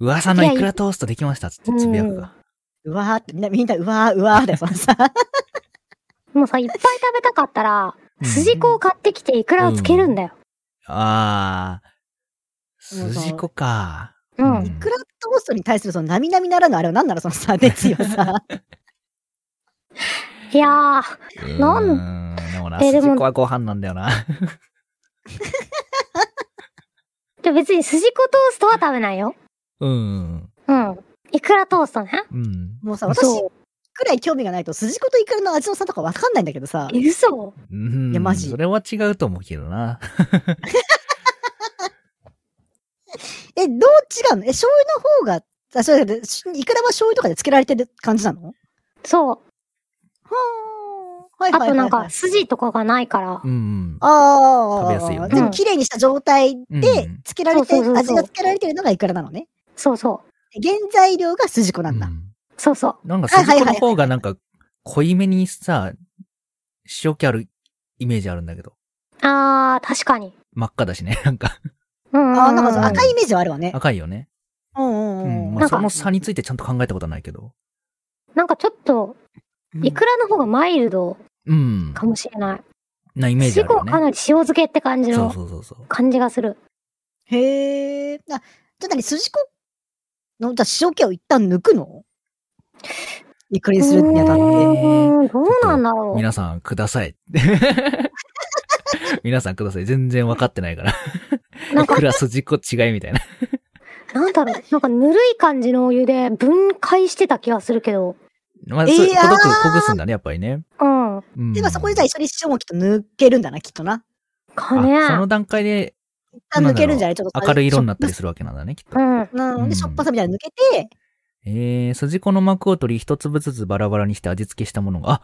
Speaker 1: 噂のいくらトーストできましたっつってつぶやくか。
Speaker 2: うわーって、みんな、みんな、うわー、うわーだよ、そのさ。
Speaker 3: もうさ、いっぱい食べたかったら、
Speaker 1: うん
Speaker 3: 筋子を買ってきていくらをつけるんだよ。
Speaker 1: あー。
Speaker 2: もうその
Speaker 1: 筋子か。
Speaker 3: うん。
Speaker 1: うん
Speaker 2: いくらトーストに対するその、並々ならぬあれは何なのそのさ、熱意はさ。
Speaker 3: いやー、なん
Speaker 1: でもな、
Speaker 3: えで
Speaker 1: 筋
Speaker 3: も
Speaker 1: 子はご飯なんだよな。
Speaker 3: じゃあ別に筋子トーストは食べないよ。
Speaker 1: うん。
Speaker 3: うん。いくらトーストね。
Speaker 1: うん。
Speaker 2: もうさ、私
Speaker 3: そ
Speaker 2: くらい興味がないと、筋子とイクラの味の差とかわかんないんだけどさ
Speaker 3: う。。え、嘘
Speaker 1: うん。
Speaker 2: いやマジ
Speaker 1: それは違うと思うけどな。
Speaker 2: え、どう違うのえ、醤油の方が、あ、そうだけど、しイクラは醤油とかでつけられてる感じなのは
Speaker 3: そう。
Speaker 2: ーはい
Speaker 3: あ
Speaker 2: はいはいはい。
Speaker 3: となんか、筋とかがないから
Speaker 1: う。ん。
Speaker 2: ああ。
Speaker 1: 食べやすいよね
Speaker 2: でも、綺麗にした状態
Speaker 1: う
Speaker 2: で
Speaker 1: ん、
Speaker 2: つけられて、
Speaker 3: そうそうそうそう
Speaker 2: 味がつけられてるのがイクラなのね。
Speaker 3: そうそう。
Speaker 2: 原材料が筋子なんだ。
Speaker 1: うん
Speaker 3: そうそう。
Speaker 1: なんか筋子の方がなんか、濃いめにさ、塩気あるイメージあるんだけど。
Speaker 3: あー、確かに。
Speaker 1: 真っ赤だしね。 なんか、
Speaker 3: うんうんうん。
Speaker 2: ああ、なんかそう
Speaker 1: あ
Speaker 2: 赤いイメージはあるわね。
Speaker 1: 赤いよね。
Speaker 2: うんう
Speaker 1: うんん。
Speaker 2: うん。
Speaker 1: ま
Speaker 3: な
Speaker 1: あ、
Speaker 3: んか
Speaker 1: その差についてちゃんと考えたことはないけど。
Speaker 3: なんかちょっと、いくらの方がマイルド
Speaker 1: うん。
Speaker 3: かもしれない。
Speaker 1: なイメージ
Speaker 3: 死
Speaker 1: ある
Speaker 3: 後
Speaker 1: よね
Speaker 3: か。なり塩漬けって感じ
Speaker 1: そう
Speaker 3: の
Speaker 1: そうそうそう。
Speaker 3: 感じがする。
Speaker 2: へえ。な、じゃあに筋子の、じゃあ塩気を一旦抜くのいくりするにあたっ
Speaker 3: う
Speaker 2: て。
Speaker 3: ーんどうなんだろう。
Speaker 1: 皆さんください。皆さんください。全然分かってないから。
Speaker 3: なん
Speaker 1: い くら筋っこ違いみたいな。
Speaker 3: なんだろう。なんかぬるい感じのお湯で分解してた気がするけど。
Speaker 1: まあ、そう、
Speaker 2: いやー
Speaker 1: ほどく、ほぐすんだね、やっぱりね。
Speaker 3: うん。
Speaker 1: うん。
Speaker 2: で、まあそこでじゃあ一緒に塩もきっと抜けるんだな、きっとな。
Speaker 3: かね。
Speaker 1: あその段階で
Speaker 2: 一旦抜けるんじゃないちょっと。
Speaker 1: 明るい色になったりするわけなんだね、きっと
Speaker 3: う。ん。
Speaker 2: うん。で、しょっぱさみたいに抜けて、
Speaker 1: えー、筋子の膜を取り一粒ずつバラバラにして味付けしたものが、あ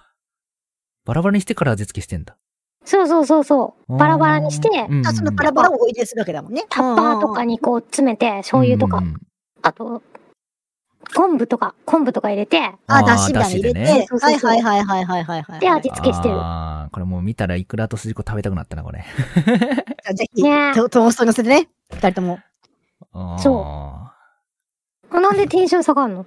Speaker 1: バラバラにしてから味付けしてんだ。
Speaker 3: そうそうそうそう。バラバラにして、
Speaker 1: うんうん
Speaker 2: あそのバラバラをおいでするわけだもんね。
Speaker 3: タッパーとか
Speaker 2: に。
Speaker 3: にこう詰めて、醤油と
Speaker 1: う
Speaker 3: か
Speaker 1: んう、んうん
Speaker 3: あと、昆布とか、昆布とか入れて、
Speaker 2: あ、
Speaker 1: あー
Speaker 2: だしみたいに入れ
Speaker 1: 出
Speaker 2: て。
Speaker 3: 汁で
Speaker 2: は
Speaker 3: ね
Speaker 2: いはいはいはいはいはいはい。
Speaker 3: で味付けしてる。
Speaker 1: あーこれもう見たらイクラと筋子食べたくなったな、これ。
Speaker 2: じゃあぜひ、
Speaker 3: ね
Speaker 2: トトーストに乗せてね。二人とも。
Speaker 1: あー
Speaker 3: そあなんでテンション下 がるの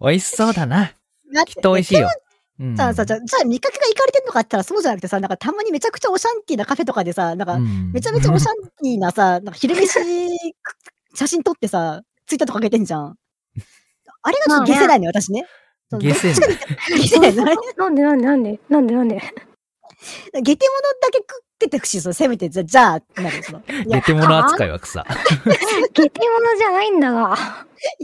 Speaker 1: 美味しそうだな。
Speaker 2: だって
Speaker 1: きっと美味しいよ。うん
Speaker 2: さあさあ、じゃあ、じゃあ味覚がいかれてんのかって言ったらそうじゃなくてさ、なんかたまにめちゃくちゃオシャンティーなカフェとかでさ、なんか
Speaker 1: うん
Speaker 2: めちゃめちゃオシャンティーなさ、なんか昼飯写真撮ってさ、ツイッターとか上げてんじゃん。あれがちょっと下世代ね、私ね。その
Speaker 1: 下世代
Speaker 2: 下世代ね。
Speaker 3: なんでなんでなんでなんでなんで
Speaker 2: 下手物だけ食っててほしい、そのせめて、じゃあ、じゃあ、ってなるその。いや
Speaker 1: ゲ、テモノ扱いは草。
Speaker 3: 下手者じゃないんだが。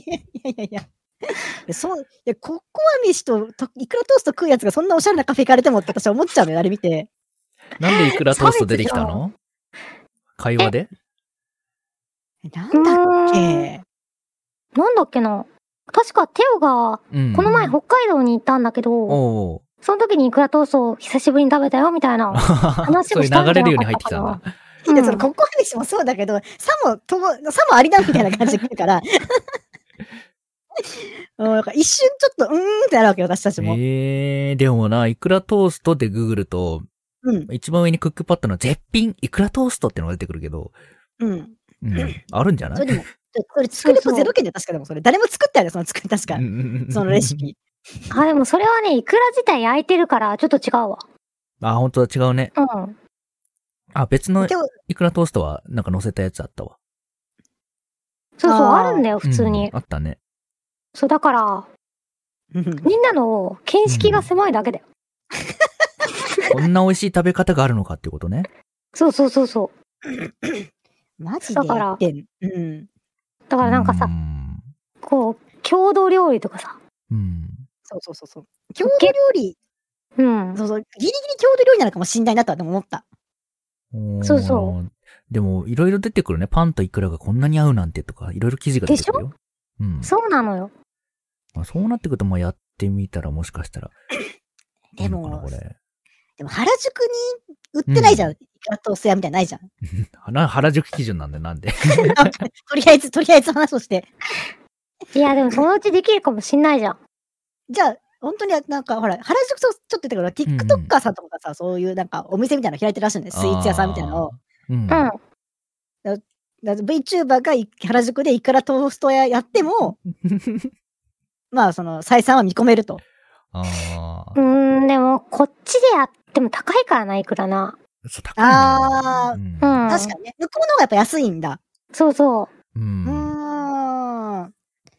Speaker 2: いやいやいや。いやそう、いや、ココア飯とといくらトースト食うやつがそんなおしゃれなカフェ行かれてもって私は思っちゃうのよ、あれ見て。
Speaker 1: なんでイクラトースト出てきたの会話で
Speaker 2: な
Speaker 3: うん
Speaker 2: だっ
Speaker 3: ーん
Speaker 2: け
Speaker 3: なんだっけな。確かテオが、
Speaker 1: うん。
Speaker 3: この前北海道に行ったんだけど、
Speaker 1: おう
Speaker 3: その時にイクラトーストを久しぶりに食べたよ、みたいな。 話
Speaker 1: そ
Speaker 3: を
Speaker 1: うい
Speaker 3: し
Speaker 1: う
Speaker 3: たんじゃなか
Speaker 1: 流れ
Speaker 3: ったかな
Speaker 1: るように入ってきたんだ。
Speaker 2: いや、そうの
Speaker 3: ん
Speaker 2: ココア飯もそうだけど、さも、とも、さもありだみたいな感じで来る から。うんなんか一瞬ちょっと、うーんってなるわけよ、私たちも。
Speaker 1: えー、でもな、イクラトーストってググると、
Speaker 2: うん、
Speaker 1: 一番上にクックパッドの絶品イクラトーストってのが出てくるけど、
Speaker 2: うん。
Speaker 1: うん、あるんじゃな
Speaker 2: それ
Speaker 1: い
Speaker 2: でも、それ作るとゼロ件で確かでもそれ、誰も作ったよね、その作り、確か
Speaker 1: う。ん
Speaker 2: そのレシ。ピ。
Speaker 3: あ、でもそれはね、イクラ自体焼いてるから、ちょっと違うわ。
Speaker 1: あ、本当だ、違うね。
Speaker 3: うん。
Speaker 1: あ、別の
Speaker 2: 今日、
Speaker 1: イクラトーストはなんか乗せたやつあったわ。
Speaker 3: そうそう、
Speaker 2: あ
Speaker 3: あ
Speaker 2: ー
Speaker 3: るんだよ、普通
Speaker 1: う
Speaker 3: に
Speaker 1: ん。あったね。
Speaker 3: そう、だから、
Speaker 2: うん
Speaker 3: みんなの見識が狭いだけだよ。
Speaker 1: こんな美味しい食べ方があるのかっていう ことね。
Speaker 3: そうそうそうそ
Speaker 2: マジで
Speaker 3: だ
Speaker 2: 言
Speaker 3: から
Speaker 2: ってん。うん。
Speaker 3: う。だからなんかさ
Speaker 1: う、ん
Speaker 3: こう、郷土料理とかさ。
Speaker 1: うん。
Speaker 2: そうそうそうそう。郷土料理、
Speaker 3: うん。
Speaker 2: そうそう、ギリギリ郷土料理なのかもしんないなとはでも思った。
Speaker 1: おー
Speaker 3: そうそ
Speaker 1: でも、いろいろ出てくるね。パンとイクラがこんなに合うなんてとか、いろいろ記事が出てくるよ。うん。
Speaker 3: そうなのよ。
Speaker 1: まあそうなってくると、まあやってみたらもしかしたら。
Speaker 2: でも
Speaker 1: いいのかなこれ。
Speaker 2: でも原宿に売ってないじゃん。イクラトースト屋みたいなのないじ ゃん。
Speaker 1: な原宿基準なんで、なんで。
Speaker 2: とりあえず、とりあえず話をして。
Speaker 3: いや、でもそのうちできるかもしんないじゃん。
Speaker 2: じゃあ、本当になんか、ほら、原宿とちょっと言ったけど、
Speaker 1: うんうん
Speaker 2: TikToker さんとかがさ、そういうなんかお店みたいなの開いてるらしいんで、スイーツ屋さんみたいなのを。
Speaker 1: あー。うん。
Speaker 3: うん。
Speaker 2: だから VTuber がい原宿でいくらトースト屋やって も、まあ、その、採算は見込めると。
Speaker 1: ああ
Speaker 3: う。ーん、でも、こっちでやっても高いからな、いくらな。
Speaker 1: そう、高いな
Speaker 2: あー
Speaker 1: うん。
Speaker 3: うん。
Speaker 2: 確かにね。向こうの方がやっぱ安いんだ。
Speaker 3: そうそう
Speaker 2: うんーん。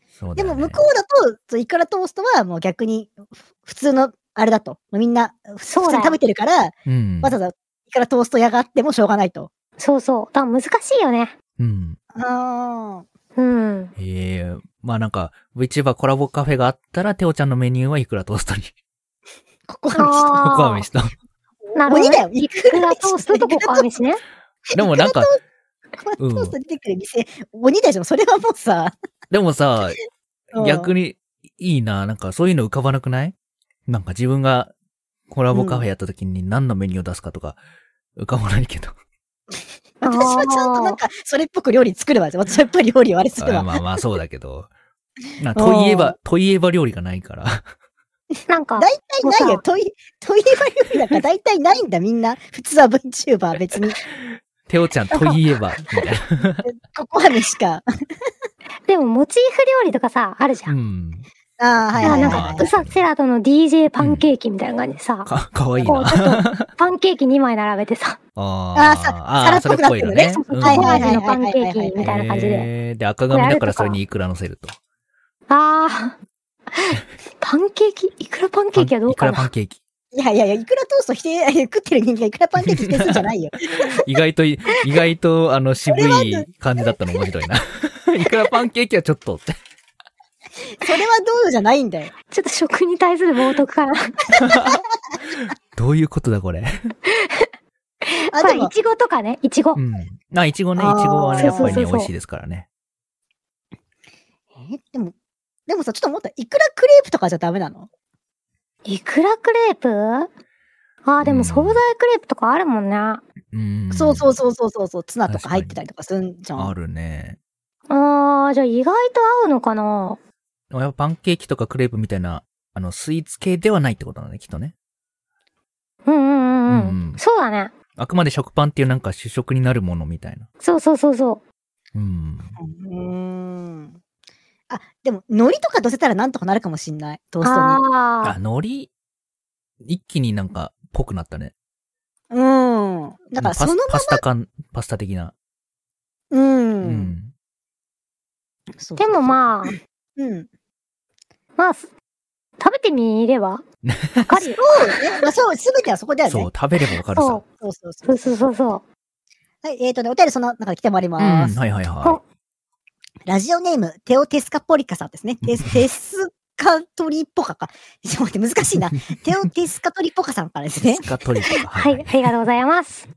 Speaker 1: そうだ
Speaker 2: で
Speaker 1: よね
Speaker 2: も、向こうだとそう、いくらトーストはもう逆に、ふ普通の、あれだと。みんな、ふ普通
Speaker 3: そう
Speaker 2: に
Speaker 3: だよ
Speaker 2: 食べてるから、
Speaker 1: うん。
Speaker 2: わざわざいくらトースト屋があってもしょうがないと。
Speaker 3: う。そうそう。だから難しいよね。
Speaker 1: うん。
Speaker 2: ああ。
Speaker 3: うん。
Speaker 1: ええまあなんか、VTuber コラボカフェがあったら、ておちゃんのメニューはいくらトーストに。
Speaker 2: ここは
Speaker 1: コ
Speaker 3: あ
Speaker 1: コア飯と。
Speaker 3: ーなるほ
Speaker 2: 鬼
Speaker 3: ど
Speaker 2: だよ
Speaker 3: ね。
Speaker 2: い
Speaker 3: い
Speaker 2: く
Speaker 3: く
Speaker 2: ら
Speaker 3: ら
Speaker 2: ト
Speaker 3: ト
Speaker 2: ー
Speaker 3: ー
Speaker 2: ス
Speaker 3: ス
Speaker 2: ト
Speaker 3: トとココア飯ね。
Speaker 1: でもなんか、
Speaker 2: 飯、ココアトースト出てくる店、鬼でしょそれはもうさ、
Speaker 1: でもさ、
Speaker 2: う ん
Speaker 1: 逆にいいな。なんかそういうの浮かばなくないなんか自分がコラボカフェやった時に何のメニューを出すかとか、浮かばないけど。
Speaker 3: あー
Speaker 2: 私はちゃんとなんか、それっぽく料理作るわ。私それっぽい料理をあれ作る
Speaker 1: あ
Speaker 2: わ。
Speaker 1: まあまあそうだけど。なといえば、といえば料理がないから。
Speaker 3: なんか、
Speaker 2: 大体ないよ。問い、問いば料理なんか大体ないんだ、みんな。普通は VTuber 別に。
Speaker 1: ておちゃんといえば、みたいな。
Speaker 2: ここはねしか。
Speaker 3: でもモチーフ料理とかさ、あるじゃ。
Speaker 1: うんん。
Speaker 2: ああ、はい
Speaker 3: あ
Speaker 2: はい
Speaker 3: なん
Speaker 2: はいは
Speaker 3: か、ウ
Speaker 2: い。
Speaker 3: サセラドの DJ パンケーキみたいな感じでさ、
Speaker 1: か、かわいい
Speaker 3: こ
Speaker 1: な
Speaker 3: う。ちょっとパンケーキ2枚並べ てさ、
Speaker 1: あ
Speaker 2: あ
Speaker 1: あ
Speaker 2: ーさ
Speaker 1: ああー、それ
Speaker 2: 皿っ
Speaker 1: っ
Speaker 2: ぽ
Speaker 1: ぽ
Speaker 2: く
Speaker 1: い
Speaker 2: な
Speaker 1: の
Speaker 2: ってるね
Speaker 1: ね。うん
Speaker 2: はい
Speaker 3: コ
Speaker 2: は
Speaker 3: ー
Speaker 2: いは
Speaker 3: ラ
Speaker 2: い
Speaker 3: のパンケーキみたいな感じで。
Speaker 1: へーで、赤髪だからそれにいくら乗せると。
Speaker 3: ああ、パンケーキ、いくらパンケーキはどうか
Speaker 1: いくらパ
Speaker 3: な
Speaker 1: ン。ケーキ。
Speaker 2: いやいやいや、いくらトースト否定、食ってる人間がいくらパンケーキ否定するんじゃな いよ。
Speaker 1: 意外と、意外と、あの、渋い感じだったの面白いな。 いくらパンケーキはちょっとって。
Speaker 2: それはどうじゃないんだよ。
Speaker 3: ちょっと食に対する冒涜かな。
Speaker 1: どういうことだ、これ。
Speaker 2: あ、
Speaker 3: まあ、
Speaker 2: で
Speaker 3: い
Speaker 2: も、
Speaker 3: ちごとかね、いちご
Speaker 1: う。ん。あ、いちごね、い
Speaker 2: あー
Speaker 1: ちごはね、やっぱり
Speaker 3: そう
Speaker 1: ね、
Speaker 3: そうそう
Speaker 1: 美味しいですからね。
Speaker 2: え、でも、でもさ、ちょっと思った。いくらクレープとかじゃダメなの
Speaker 3: いくらクレープああ、で
Speaker 1: うん
Speaker 3: も惣菜クレープとかあるもんね。あ
Speaker 1: うん。。
Speaker 2: そうそううそうそうそうそう、ツナと
Speaker 1: 確
Speaker 2: か
Speaker 1: かに
Speaker 2: 入ってたりとかすんじゃ
Speaker 1: あ
Speaker 2: ん。
Speaker 1: るね。
Speaker 3: あ、じゃあ意外と合うのかな
Speaker 1: でもやっぱパンケーキとかクレープみたいな、あの、スイーツ系ではないってことなんだね、きっとね。
Speaker 3: うんうんうん。う
Speaker 1: うんうん
Speaker 3: ん、そうだね。
Speaker 1: あくまで食パンっていうなんか主食になるものみたいな。
Speaker 3: そうそうそうそう。
Speaker 1: うん。
Speaker 2: うーん。あ、でも、海苔とか乗せたらなんとかなるかもしんない。トーストに。
Speaker 1: あ、
Speaker 3: ああ、
Speaker 1: 海苔、一気になんか、ぽくなったね。
Speaker 2: うん。だから、
Speaker 1: パ
Speaker 2: そ
Speaker 1: ス
Speaker 2: の、
Speaker 1: パスタ感、パスタ的な。
Speaker 2: う。
Speaker 1: うんん。
Speaker 2: そう
Speaker 3: でもまあ、
Speaker 2: うん。
Speaker 3: まあ、す食べてみればわかるよ。
Speaker 2: そうね。まあ、そう、すべてはそこだよね。
Speaker 1: そう、食べればわかるさ
Speaker 3: そ。
Speaker 2: そうそうそう
Speaker 3: う。そうそうそうそう。
Speaker 2: はい、えっ、とね、お便りその中で来てもらいます。
Speaker 1: はいはいは
Speaker 2: ラジオネーム、テオテスカポリカさんです ね。テス、テスカトリポカか。 ちょっと待って、難し いな。テオテスカトリポカさんからです
Speaker 1: い。
Speaker 2: ね
Speaker 1: ス。カトリとか。
Speaker 3: はい、ありがとうございます。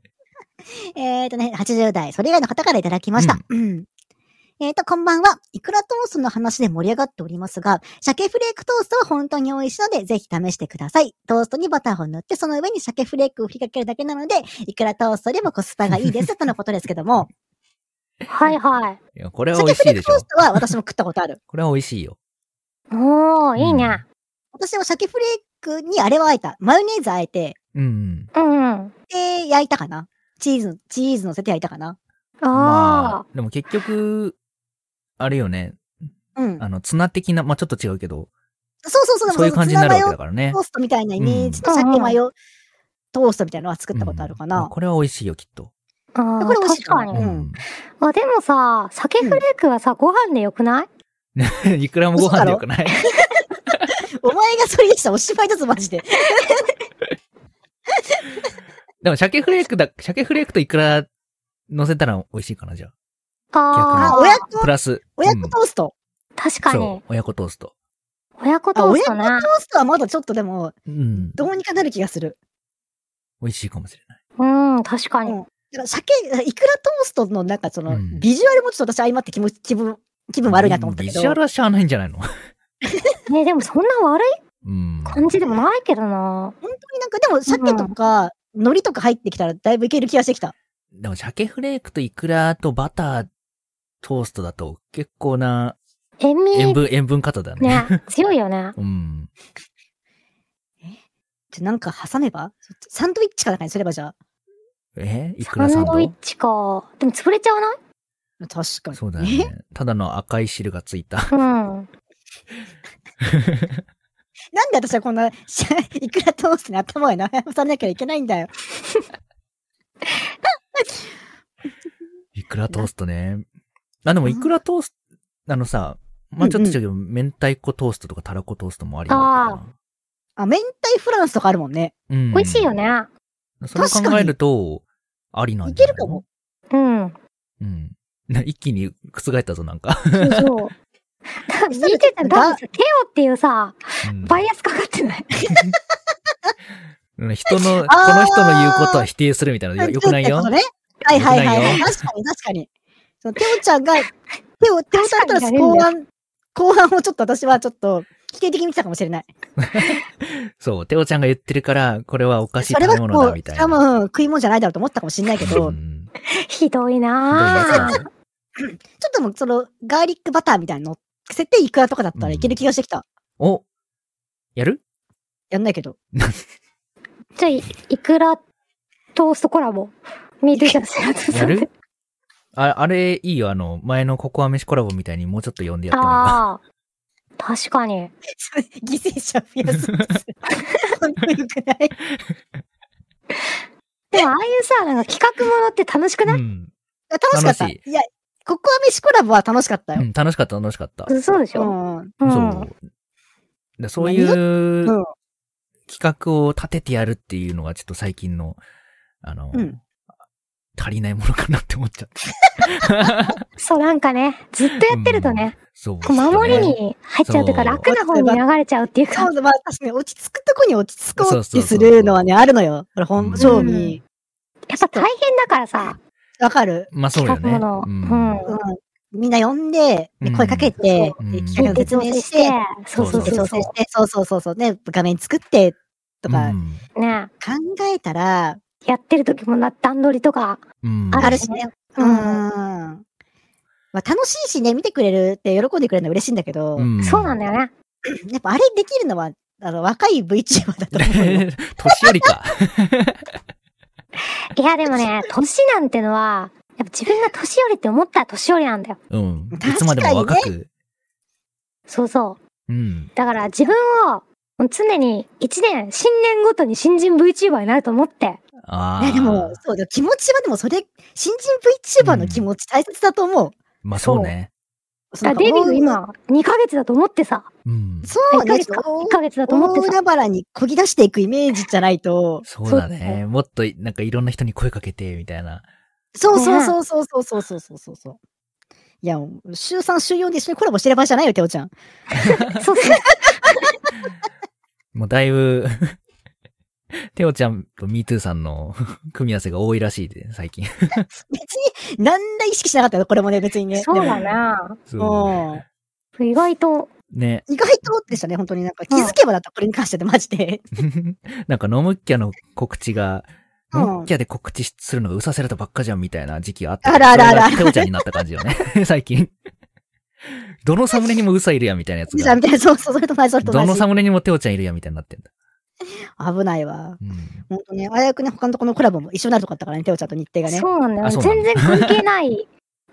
Speaker 2: えっとね、80代、それ以外の方からいただきました。うんえっ、と、こんばんは。いくらトーストの話で盛り上がっておりますが、鮭フレークトーストは本当に美味しいので、ぜひ試してください。トーストにバターを塗って、その上に鮭フレークを振りかけるだけなので、いくらトーストでもコスパがいいです、とのことですけども、
Speaker 3: はいはい
Speaker 1: や、 これは美味
Speaker 2: 鮭フ
Speaker 1: し
Speaker 2: レ
Speaker 1: い
Speaker 2: ー
Speaker 1: で
Speaker 2: ク
Speaker 1: し
Speaker 2: ト
Speaker 1: ょ
Speaker 2: ー。ストは私も食ったことある。
Speaker 1: これは美味しいよ。
Speaker 3: い。おー、いいね。
Speaker 2: 私は鮭フレークにあれはあえた。マヨネーズあえて、
Speaker 1: うん。うん。
Speaker 3: うんうん。
Speaker 2: で、焼いたかな。チーズ、チーズ乗せて焼いたかな。
Speaker 3: あ
Speaker 1: まあ、でも結局、あれよね、
Speaker 2: うん。
Speaker 1: あの、ツナ的な、まあちょっと違うけど、
Speaker 2: そうそうそう。でも
Speaker 1: そういう感じになるわけだ
Speaker 2: ツ
Speaker 1: から
Speaker 2: ナマ
Speaker 1: ね
Speaker 2: ヨ。トーストみたいなイメージ
Speaker 3: う
Speaker 2: の
Speaker 3: ん
Speaker 2: 鮭マヨトーストみたいなのは作ったことあるか
Speaker 1: うん
Speaker 2: な。
Speaker 1: まあこれは美味しいよ、きっと。
Speaker 3: あ、ああ、
Speaker 2: これ美味しい
Speaker 3: 確
Speaker 2: か
Speaker 3: か
Speaker 2: な
Speaker 3: に
Speaker 1: う。ん。
Speaker 3: あ、でもさ、鮭フレークはさ、ご飯でよくない
Speaker 1: いくらもご飯でよくない
Speaker 2: お前がそれでしたらおしまいだぞ、マジで。
Speaker 1: でも、鮭フレークだ、鮭フレークといくら乗せたら美味しいかな、じゃ あ。
Speaker 2: あ
Speaker 3: ああ、
Speaker 2: 親子、
Speaker 1: プラス。
Speaker 2: 親
Speaker 1: う
Speaker 2: 子
Speaker 1: ん
Speaker 2: トースト。
Speaker 3: 確か
Speaker 1: そ
Speaker 3: に
Speaker 1: う。、親子トースト。
Speaker 3: 親子
Speaker 2: あ、
Speaker 3: トー
Speaker 2: 親
Speaker 3: ス
Speaker 2: 子ト
Speaker 3: トね。
Speaker 2: ーストはまだちょっとでも、
Speaker 1: うん。
Speaker 2: どうにかなる気がする。
Speaker 1: 美味しいかもしれない。
Speaker 3: うん、確か
Speaker 2: うん
Speaker 3: に。
Speaker 2: だから鮭、いくらトーストのなんかそうの
Speaker 1: ん、
Speaker 2: ビジュアルもちょっと私相まって気分、気分、気分悪いなと思ったけ
Speaker 1: うん
Speaker 2: ど。
Speaker 1: ビジュアルはしゃあないんじゃないの
Speaker 3: ね、でもそんな悪い
Speaker 1: うん。
Speaker 3: 感じでもないけどな。
Speaker 2: 本当になんか、でも、鮭とか、海苔とか入ってきたら、だいぶいける気がしてきた。
Speaker 1: でも、鮭フレークとイクラとバタートーストだと結構な
Speaker 3: 塩
Speaker 1: 塩
Speaker 3: 味、
Speaker 1: 分、塩分方だね。
Speaker 3: ね、強いよね。
Speaker 1: うん。
Speaker 2: じゃ、なんか挟めばサンドイッチかなんかにすればじゃあ。
Speaker 1: え いく
Speaker 3: サ
Speaker 1: らサン
Speaker 3: ンドイッ
Speaker 1: ド
Speaker 3: チか。でも潰れちゃわない
Speaker 2: 確かに。
Speaker 1: そうだよね。ただの赤い汁がつい た。
Speaker 3: うん。
Speaker 2: えなんで私はこんな、 しいくらトーストに頭を悩まさなきゃいけないんだよ。
Speaker 1: いくらトーストね。あ、でもいくらトースト、あのさ、まあちょっと違うけど、明太子トーストとかたらこトーストもありなんだけどな
Speaker 2: あ、明太フランスとかあるもんね。
Speaker 1: うん。
Speaker 3: 美味しいよ。ね。
Speaker 1: それを考えると、ありなん
Speaker 2: い
Speaker 1: じ
Speaker 2: け
Speaker 1: ゃない
Speaker 2: るかも。。
Speaker 3: うん。
Speaker 1: うん。な一気に覆ったぞ、なんか。
Speaker 3: そう そう。だから、見てたら多分さ、テオっていうさ、
Speaker 1: うん
Speaker 3: バイアスかかってない。
Speaker 1: うん人の、こ
Speaker 2: あー
Speaker 1: の人の言うことは否定するみたいなのよよくないよ
Speaker 2: そうっ。てことね、はいはいはいは
Speaker 1: よくない
Speaker 2: い。
Speaker 1: よ
Speaker 2: 確かに確かに。そのテオちゃんが、テオ、テオさんから
Speaker 3: 確かに
Speaker 2: 後半、後半をちょっと私はちょっと、否定的に来たかもしれない。
Speaker 1: そう、テオちゃんが言ってるから、これはおかしい
Speaker 2: そ
Speaker 1: 食
Speaker 2: れ
Speaker 1: べ
Speaker 2: は
Speaker 1: 物
Speaker 2: も
Speaker 1: だ、
Speaker 2: う、
Speaker 1: みたい
Speaker 2: 多
Speaker 1: な。
Speaker 2: 分食い物じゃないだろうと思ったかもしれないけど、
Speaker 1: うん
Speaker 3: ひどい
Speaker 1: どう
Speaker 3: なぁ。
Speaker 1: ぞ
Speaker 2: ちょっともうその、ガーリックバターみたいなの、設定いくらとかだったらいける気がしてきた。
Speaker 1: おやる
Speaker 2: やんないけど。
Speaker 3: じゃあ、いいくらトーストコラボ。ミートイ ャセラト
Speaker 1: やるああれ、いいよ。あの、前のココア飯コラボみたいにもうちょっと呼んでやってもいいか。
Speaker 3: ああ。確かに。
Speaker 2: 犠牲者増やすんです。本当よくない
Speaker 3: でも、ああいうさ、なんか企画ものって楽しくない、
Speaker 1: うん
Speaker 2: 楽しかった。
Speaker 1: 楽
Speaker 2: いや、ここは飯コラボは楽しかった
Speaker 1: う
Speaker 2: よ。
Speaker 1: ん、楽しかった、楽しかった。
Speaker 3: そうでしょ、
Speaker 2: うん。
Speaker 3: うん、
Speaker 1: そう。でそういう
Speaker 2: うん
Speaker 1: 企画を立ててやるっていうのがちょっと最近の、あの、
Speaker 2: うん
Speaker 1: 足りないものかなって思っちゃって。
Speaker 3: そう、なんかね、ずっとやってるとね、
Speaker 1: そう、
Speaker 3: こう守りに入っちゃうというか、
Speaker 1: そう
Speaker 3: 楽な方に流れちゃうっていうか
Speaker 2: そ、う、まあ確かに落ち着くとこに落ち着こ
Speaker 1: そうう
Speaker 2: っ
Speaker 1: そう
Speaker 2: て
Speaker 1: そうそ
Speaker 2: す
Speaker 1: う
Speaker 2: るのはね、あるのよ。これ本性
Speaker 3: うん
Speaker 2: に。
Speaker 3: やっぱ大変だからさ、
Speaker 2: わかる
Speaker 1: まあそうよ
Speaker 3: 企
Speaker 1: ね
Speaker 3: 画。もの。
Speaker 1: うん
Speaker 3: う
Speaker 2: う
Speaker 3: ん。
Speaker 2: ん。みんな呼んで、
Speaker 1: う
Speaker 2: で
Speaker 1: ん
Speaker 2: 声かけて、
Speaker 1: うん
Speaker 2: で企画の説明して、、
Speaker 3: そうそう
Speaker 2: で
Speaker 3: そ
Speaker 2: 調
Speaker 3: う
Speaker 2: 整して、そうそうそうそう、ね、画面作って、と
Speaker 1: う
Speaker 2: か、
Speaker 1: ん
Speaker 3: ね
Speaker 2: 考えたら、
Speaker 3: やってる時もな段取りとか、
Speaker 1: うん
Speaker 3: あ
Speaker 2: ある
Speaker 3: し
Speaker 2: しね。う。
Speaker 3: うんん
Speaker 2: まあ楽しいしね、見てくれるって喜んでくれるのは嬉しいんだけど、
Speaker 1: ん
Speaker 3: そうなんだよね。
Speaker 2: やっぱあれできるのは、あの、若い VTuber だ と思うよ。
Speaker 1: 年寄りか。
Speaker 3: いや、でもね、年なんてのは、やっぱ自分が年寄りって思ったら年寄りなんだよ。
Speaker 1: うん。
Speaker 2: 確かに
Speaker 1: い
Speaker 2: ね
Speaker 1: つまでも若く。
Speaker 3: そうそう。
Speaker 1: うん。
Speaker 3: だから自分を、もう常に一年、新年ごとに新人 VTuber になると思って。
Speaker 1: あ
Speaker 2: い
Speaker 1: あ。
Speaker 2: や、でも、そうだよ、気持ちはでもそれ、新人 VTuber の気持ち大切だと思う。
Speaker 1: まあそうね。
Speaker 2: その
Speaker 3: だからデビュー
Speaker 2: 大
Speaker 3: 今、2ヶ月だと思ってさ。
Speaker 1: うん。。
Speaker 2: そう
Speaker 3: 1ヶ
Speaker 2: ね、
Speaker 3: 月
Speaker 2: ちょ
Speaker 3: か
Speaker 2: っ。と
Speaker 3: 1ヶ月だと思って
Speaker 2: 大
Speaker 3: さ。
Speaker 2: 海原にこぎ出していくイメージじゃないと
Speaker 1: そうだ
Speaker 3: そう
Speaker 1: ね。もっと、なんかいろんな人に声かけて、みたいな。
Speaker 2: そうそう
Speaker 3: ね
Speaker 2: そうそうそうそうそうそうそうそう。いや、週3、週4で一緒にコラボしてる場合じゃないよ、ておちゃん。
Speaker 3: そうそう。
Speaker 1: もうだいぶ、ておちゃんとミートゥーさんの組み合わせが多いらしいで、最近。
Speaker 2: 別に、なんら意識しなかったよ、これもね、別にね。
Speaker 3: そうだな。
Speaker 2: で
Speaker 1: そ
Speaker 2: も。うん
Speaker 3: 意外と、
Speaker 1: ね。
Speaker 2: 意外とでしたね、本当になんか。気づけばだった、これに関してで、マジで。
Speaker 1: なんか、ノムッキャの告知が、
Speaker 2: うん
Speaker 1: ノムッキャで告知するのがうさせられたばっかじゃんみたいな時期があった。
Speaker 2: あらあらあら
Speaker 1: それがておちゃんになった感じよね。最近。どのサムネにもうさいるやんみたいなやつ
Speaker 2: じゃ
Speaker 1: が
Speaker 2: あ、み。たいな、そうそう、それと同じ、それと
Speaker 1: ど
Speaker 2: 同
Speaker 1: の
Speaker 2: じ
Speaker 1: サ。ムネにもておちゃんいるやんみたいになってんだ。
Speaker 2: 危ないわ。
Speaker 1: うん。
Speaker 2: 本当ね、危うくね、他のとこのコラボも一緒になるとこだったからね、ておちゃんと日程がね。
Speaker 3: そうなんだよ。
Speaker 1: あそうなん
Speaker 3: 全
Speaker 1: だ
Speaker 3: 然関係ない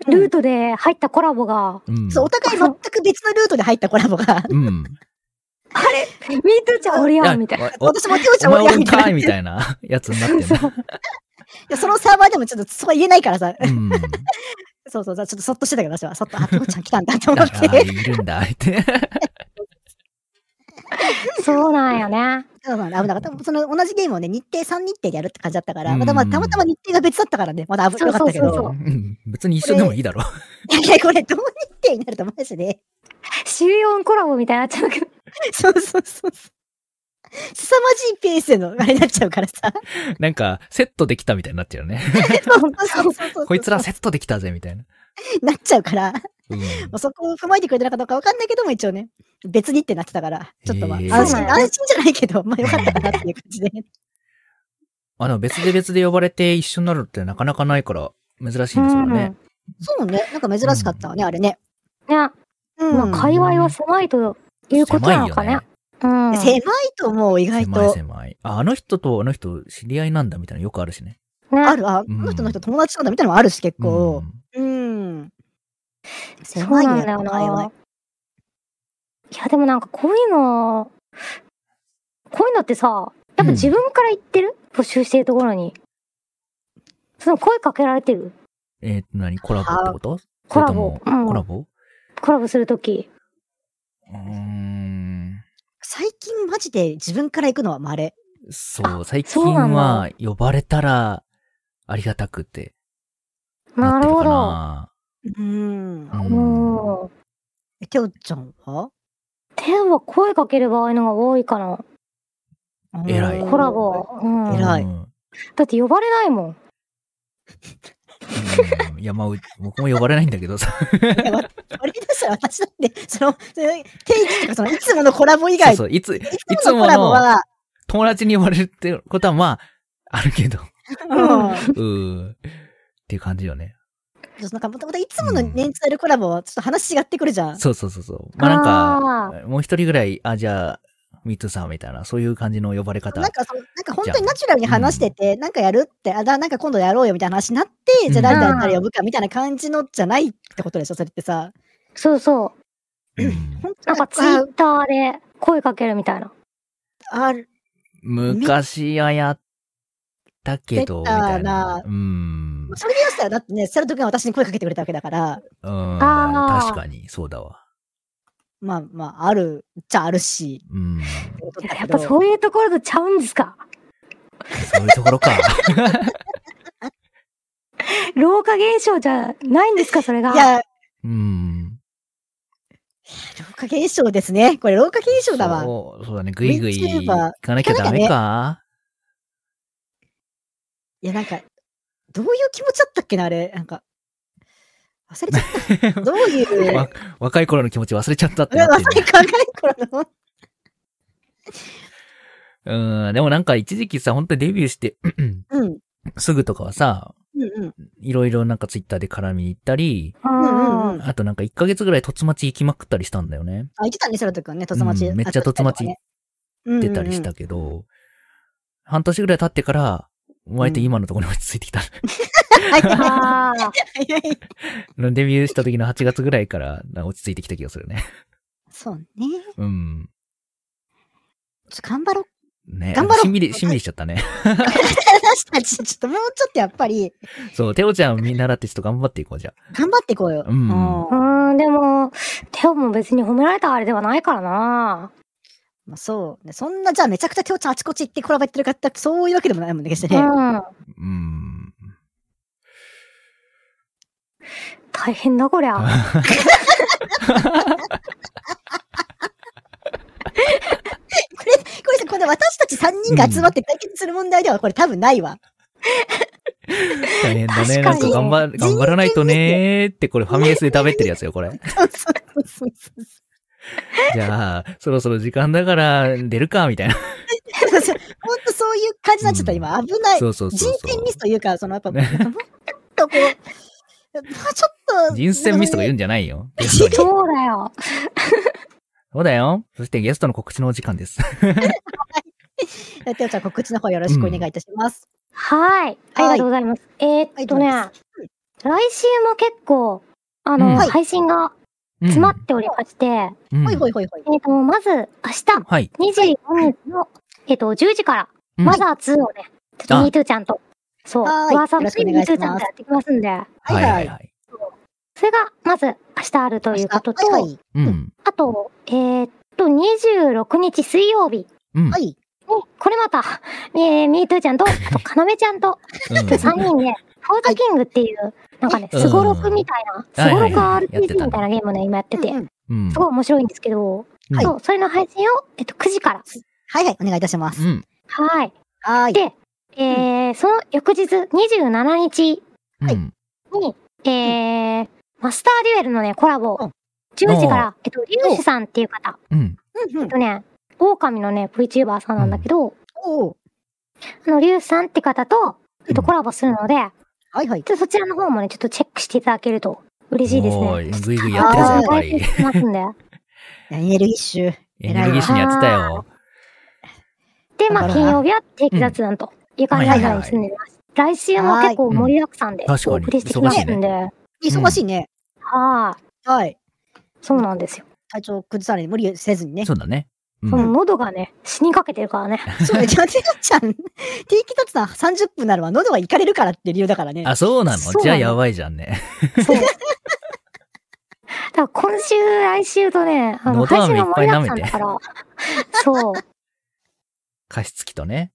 Speaker 3: ルートで入ったコラボが、
Speaker 1: うん。
Speaker 2: そう、お互い全く別のルートで入ったコラボが、
Speaker 1: うん。
Speaker 3: ミートゥーちゃんおるやんみたいな。
Speaker 1: おお
Speaker 2: 私もておちゃ
Speaker 1: お
Speaker 2: ん
Speaker 1: 前
Speaker 2: も
Speaker 1: お
Speaker 2: や
Speaker 1: るん
Speaker 2: みた
Speaker 1: か
Speaker 2: い
Speaker 1: い
Speaker 2: な。
Speaker 1: みたいなやつになってんだ。
Speaker 2: いやそのサーバーでもちょっとそうは言えないからさ、
Speaker 1: うん。
Speaker 2: そうそう、ちょっとそっとしてたけど、私は、そっと、あ、ておちゃん来たんだと
Speaker 1: あ
Speaker 2: 思って。
Speaker 1: ーいるんだ、って。
Speaker 3: そうなんよね。
Speaker 2: そうなんだ危なかった。その同じゲームをね、日程3日程でやるって感じだったから、
Speaker 1: うん
Speaker 2: またまあたまたま日程が別だったからね、まだ危なかったけ
Speaker 3: そうそう
Speaker 2: ど。
Speaker 1: うん別に一緒でもいいだろ。
Speaker 2: いや、これ、同日程になるとマジで。
Speaker 3: 週4コラボみたいになっちゃうけど。
Speaker 2: そうそうそう。凄まじいペースでの、あれになっちゃうか らさ。
Speaker 1: なんか、セットできたみたいになっちゃうね。
Speaker 2: そうそうそうそ う
Speaker 1: こいつらセットできたぜ、みたいな。
Speaker 2: なっちゃうから、ま
Speaker 1: うん
Speaker 2: あそこを踏まえてくれてなかったのかわかんないけども、一応ね、別にってなってたから、ちょっとまあ、
Speaker 1: へ
Speaker 2: 安
Speaker 1: ー
Speaker 2: 心、
Speaker 3: そうなんだ
Speaker 2: 安心じゃないけど、まあよかったかなっていう感じで。
Speaker 1: あの、別で別で呼ばれて一緒になるってなかなかないから、珍しいんですよね。
Speaker 2: そうね、なんか珍しかったわね、あれね。
Speaker 3: うんね、
Speaker 2: うん
Speaker 3: まあ、界隈は狭いということなのかね。うん。
Speaker 2: 狭いと思う、意外
Speaker 1: 狭い
Speaker 2: と。
Speaker 1: 狭い。あ、あの人とあの人知り合いなんだみたいなのよくあるしね。
Speaker 3: ね
Speaker 2: ある、あ、この人の人友達なんだみたいなのもあるし、結構。うん。
Speaker 3: そう
Speaker 2: 狭い
Speaker 3: なん
Speaker 2: ね、
Speaker 3: だ
Speaker 2: やっぱ
Speaker 3: よな。
Speaker 2: 界隈。
Speaker 3: いや、でもなんかこういうの、こういうのってさ、やっぱ自分から言ってる、募集してるところに。その声かけられてる
Speaker 1: えっと、何コラボってこと
Speaker 3: コラボ
Speaker 1: それ。ともコ
Speaker 3: う
Speaker 1: ラ
Speaker 3: ん
Speaker 1: ボ
Speaker 3: コラボするとき。
Speaker 1: うーん。
Speaker 2: 最近マジで自分から行くのは稀。
Speaker 1: そう、最近
Speaker 3: そうなんだ
Speaker 1: は呼ばれたら、ありがたくて。
Speaker 3: なるほど。
Speaker 1: な
Speaker 2: うん
Speaker 1: って。るかな。うん
Speaker 3: も
Speaker 2: え、ておちゃんは
Speaker 3: う、天は声かける場合のが多いかな。
Speaker 1: 偉い
Speaker 2: うん
Speaker 3: コラボ。うん。だ
Speaker 2: 偉い
Speaker 1: うん
Speaker 3: って呼ばれないもん。
Speaker 1: うんいや、まあ、う僕も呼ばれないんだけどさ。
Speaker 2: いやわ俺に出したら私だって、その、その定義とか、その、いつものコラボ以
Speaker 1: そうそ
Speaker 2: 外、い
Speaker 1: う、いつ、い
Speaker 2: つ
Speaker 1: つ
Speaker 2: も
Speaker 1: も
Speaker 2: のコラボ
Speaker 1: の
Speaker 2: は、
Speaker 1: 友達に呼ばれるってことは、まあ、あるけど。
Speaker 2: うん。
Speaker 1: うん。っていう感じよね。
Speaker 2: ちょっとなんか、もともといつものメンツあるコラボは、ちょっと話違ってくるじゃん。
Speaker 1: そうそうそうそう。まあなんか、もう一人ぐらい、あ、じゃあ、ミッツさんみたいな、そういう感じの呼ばれ方
Speaker 2: なん。かその、なんか本当にナチュラルに話してて、なんかやるって、あ、だなんか今度やろうよみたいな話になって、じゃあ
Speaker 1: うん
Speaker 2: 誰々誰呼ぶかみたいな感じのじゃないってことでしょ、それってさ。
Speaker 3: そうそ
Speaker 1: うん
Speaker 2: 本当
Speaker 3: なんかツイッターで声かけるみたいな。
Speaker 2: あある
Speaker 1: 昔はやったけど、み
Speaker 2: 出たな
Speaker 1: たいな。うん。
Speaker 2: それでよしたよ。だってね、セロト君は私に声かけてくれたわけだから、
Speaker 1: うん。
Speaker 3: あー
Speaker 1: 確かに、そうだわ。
Speaker 2: まあまあ、あるっちゃあるし。
Speaker 1: うん。
Speaker 2: てこと
Speaker 3: い
Speaker 2: だ
Speaker 3: や
Speaker 2: け
Speaker 3: やっ
Speaker 2: ど
Speaker 3: ぱそういうところとちゃうんですか
Speaker 1: そういうところか。
Speaker 3: 老化現象じゃないんですかそれが。
Speaker 2: いや、
Speaker 1: うん。
Speaker 2: 老化現象ですね。これ老化現象だわ。
Speaker 1: そうそうだね。ぐいぐい行
Speaker 2: VTuber
Speaker 1: かなきゃダメか。
Speaker 2: いや、なんか、どういう気持ちだったっけな、あれ。なんか、忘れちゃった。どういう。
Speaker 1: わ若い頃の気持ち忘れちゃったってなって
Speaker 2: 若
Speaker 1: るね。
Speaker 2: い考え頃の。
Speaker 1: うん。でもなんか一時期さ、本当にデビューして
Speaker 2: うん。うん
Speaker 1: すぐとかはさ、
Speaker 2: うん。
Speaker 1: いろいろなんかツイッターで絡みに行ったり、
Speaker 3: うんうんうん
Speaker 1: あとなんか1ヶ月ぐらい突待ち行きまくったりしたんだよね。
Speaker 2: あ、言ってたね、セロト君ね、突待ち。
Speaker 1: うんめっちゃ突待ち
Speaker 2: 出
Speaker 1: 出たりしたけど、半年ぐらい経ってから、割と今のところに落ち着いてきた。
Speaker 2: はいは
Speaker 3: ああ、
Speaker 2: いはい。
Speaker 1: デビューした時の8月ぐらいからな落ち着いてきた気がするね。
Speaker 2: そうね。
Speaker 1: うん。
Speaker 2: ちょっと頑張ろう。
Speaker 1: ね
Speaker 2: 頑張ろう
Speaker 1: しんみり、しんみりしちゃったね。
Speaker 2: 私たち、ちょっともうちょっとやっぱり、
Speaker 1: そう、テオちゃん見習ってちょっと頑張っていこうじゃ
Speaker 2: 頑張っていこうよ。
Speaker 1: うん
Speaker 3: う
Speaker 2: ま
Speaker 3: ーん、でも、テオも別に褒められたあれではないからな。
Speaker 2: あ、そうね。そんな、じゃあめちゃくちゃ今日ちゃんあちこち行ってコラボやってるかって、そういうわけでもないもんね、決して
Speaker 3: う
Speaker 2: ね。
Speaker 3: ん。
Speaker 1: うん。
Speaker 3: 大変だ、こりゃ。
Speaker 2: これ、これさ、これ私たち3人が集まって解決する問題では、これ多分な いわ。
Speaker 1: 大変だね。
Speaker 3: 確か
Speaker 1: なん
Speaker 3: に
Speaker 1: か頑張、頑張らないとねーって、これファミレスで食べてるやつよ、これ。
Speaker 2: そうそうそうそう
Speaker 1: じゃあ、そろそろ時間だから出るか、みたいな。
Speaker 2: そうそう。ほんとそういう感じになっちゃった、今。危ない。
Speaker 1: そうそうそう
Speaker 2: 人
Speaker 1: そ
Speaker 2: 選
Speaker 1: う
Speaker 2: ミ。スというか、そのやっぱ、もう
Speaker 1: ね
Speaker 2: ちょっとこう、もうちょ っと。
Speaker 1: 人選ミスとか言
Speaker 2: う
Speaker 1: うんじゃないよ。ゲストに
Speaker 3: そうだよ。
Speaker 1: そうだよ。そしてゲストの告知のお時間です。
Speaker 2: の。ておちゃん、告知の方よろしくお願いいたします。
Speaker 3: はい。ありがとうございます。えーっとね、
Speaker 2: はいどう
Speaker 3: 来週も結構、あ
Speaker 1: う
Speaker 3: の、
Speaker 1: んはい
Speaker 3: 配信が詰まっておりまして、
Speaker 1: うん
Speaker 2: ほいほいほいほい。
Speaker 3: えーっと、まず、明
Speaker 1: はい。
Speaker 3: 日、25日の、えーっと、10時から、
Speaker 1: うん
Speaker 3: マザー2をね、ちょっと
Speaker 1: あ
Speaker 3: MeToo ちゃんと、そう、
Speaker 2: はい
Speaker 3: 噂の
Speaker 2: よろしくお
Speaker 3: MeToo
Speaker 2: 願いします
Speaker 3: ちゃんとやってきますんで、
Speaker 1: はいはいはい。
Speaker 3: それが、まず、明日あるということと、
Speaker 2: はいはい。
Speaker 1: うん。
Speaker 3: あと、えーっと、26日水曜日
Speaker 1: うん。
Speaker 2: はい。
Speaker 3: に、これまた、 えー、MeToo ち ゃんと、あと、かなめちゃんと、
Speaker 1: うん
Speaker 3: 3人で、フォーザキングっていう、なんかね、
Speaker 1: うん
Speaker 3: すごろくみたいな、すごろく
Speaker 1: はいはいはいやってたね
Speaker 3: RPG みたいなゲームをね、今やってて
Speaker 2: う、ん
Speaker 1: うん
Speaker 3: すごい面白いんですけど、
Speaker 1: はい
Speaker 3: そう、それの配信を、えっと、9時から。
Speaker 2: はいはい、お願いいたします。
Speaker 1: うん。
Speaker 3: はい。
Speaker 2: はい。
Speaker 3: でえー、その翌日、27日
Speaker 1: うん。
Speaker 3: に、えー、マスターデュエルのね、コラボ
Speaker 2: うん、
Speaker 3: 10時か
Speaker 1: お
Speaker 3: ら、えっと、リュウシュさんっていう方、
Speaker 1: うん。
Speaker 2: うんう
Speaker 3: え
Speaker 2: ん
Speaker 3: っと。ね、狼のね、VTuber さんなんだけど、
Speaker 2: おー
Speaker 3: あの、リュウシュさんって方と、えっと、コラボするので、
Speaker 2: はいはい。
Speaker 3: ちょっとそちらの方もね、ちょっとチェックしていただけると嬉しいですね。
Speaker 1: おーいぐいぐいやってるぞ、やっぱり。
Speaker 3: ますんで。
Speaker 2: エネルギッシュ。
Speaker 1: エネルギッシュにやってたよ。
Speaker 3: で、ま
Speaker 2: あ
Speaker 3: あ、
Speaker 2: ら
Speaker 3: 金曜日は定期雑談という感じ
Speaker 2: はい
Speaker 3: で
Speaker 1: はいはい
Speaker 3: 住んでます。来週も結構盛りだくさんで、
Speaker 1: はいうん
Speaker 3: お送りしてきますんで。
Speaker 2: 忙しいね。
Speaker 3: はい。
Speaker 2: はい。
Speaker 3: そうなんですよ。
Speaker 2: 体調崩さないで無理せずにね。
Speaker 1: そうだね。うん
Speaker 3: その喉がね、死にかけてるからね。
Speaker 2: そうね。じゃあ、てかちゃん、定期達さん30分ならば喉がいかれるからっていう理由だからね。
Speaker 1: あ、そうな
Speaker 3: そ
Speaker 1: の
Speaker 3: うなの
Speaker 1: じゃあやばいじゃんね。
Speaker 3: そう。だから今週、来週とね、あの、
Speaker 1: 喉
Speaker 3: 配
Speaker 1: 飴
Speaker 3: 信
Speaker 1: いっ
Speaker 3: が
Speaker 1: ぱ
Speaker 3: 盛
Speaker 1: い舐
Speaker 3: りだく
Speaker 1: めて
Speaker 3: さんだから。 そう。
Speaker 1: 加湿器とね。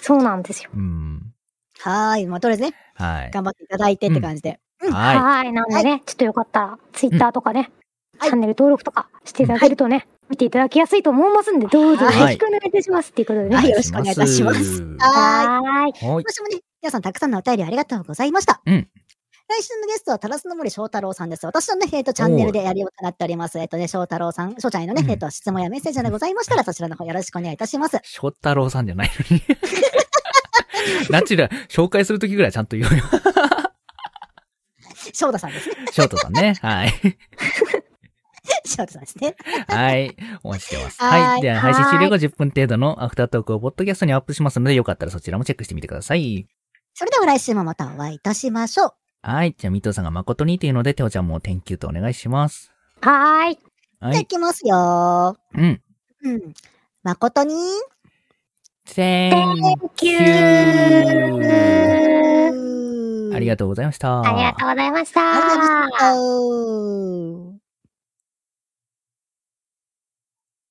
Speaker 3: そうなんですよ。
Speaker 1: うん。
Speaker 2: はい。まあ、とりあえずね、
Speaker 1: はい。
Speaker 2: 頑張っていただいてって感じで。
Speaker 1: は
Speaker 3: はい。なんでね、ちょっとよかったら、ツイッターとかね、
Speaker 2: はい
Speaker 3: チャンネル登録とかしていただけるとね、見ていただきやすいと思いますんで、どうぞよろしくお願いいたしますっていうことで
Speaker 1: い。
Speaker 3: ね。
Speaker 2: はいよろしくお願いいたしますはーい。
Speaker 3: はーい。
Speaker 1: はい。
Speaker 2: 今週もね、皆さんたくさんのお便りありがとうございました。
Speaker 1: うん
Speaker 2: 来週のゲストは、タラスの森章太郎さんです。私のね、えっ、と、チャンネルでやりようとなっております。えっ、とね、章太郎さん、章ちゃんへのね、
Speaker 1: うん
Speaker 2: えっ、と、質問やメッセージがございましたら、そちらの方よろしくお願いいた します。
Speaker 1: 翔太郎さんじゃないのに。 ナチュラル、紹介するときぐらいちゃんと言うよ。
Speaker 2: 章太さんですね。
Speaker 1: 翔太さんね。はい。
Speaker 2: 章太さんですね。
Speaker 1: はい。お待ちしてます。
Speaker 2: はい
Speaker 1: はい。では、配信終了後10分程度のアフタートークをポッドキャストにアップしますので、よかったらそちらもチェックしてみてください。
Speaker 2: それでは来週もまたお会いいたしましょう。
Speaker 1: はい。じゃあ、ミトさんが誠にというので、ておちゃんも天球とお願いします。
Speaker 3: はーい。
Speaker 1: は
Speaker 2: じゃあ、い
Speaker 1: い。
Speaker 2: きますよ。
Speaker 1: うん。
Speaker 2: うん。誠に、
Speaker 1: Thank you!
Speaker 3: you
Speaker 2: うー
Speaker 1: ありがとうございました。
Speaker 3: ありがとうございました。
Speaker 2: ありがとうございました。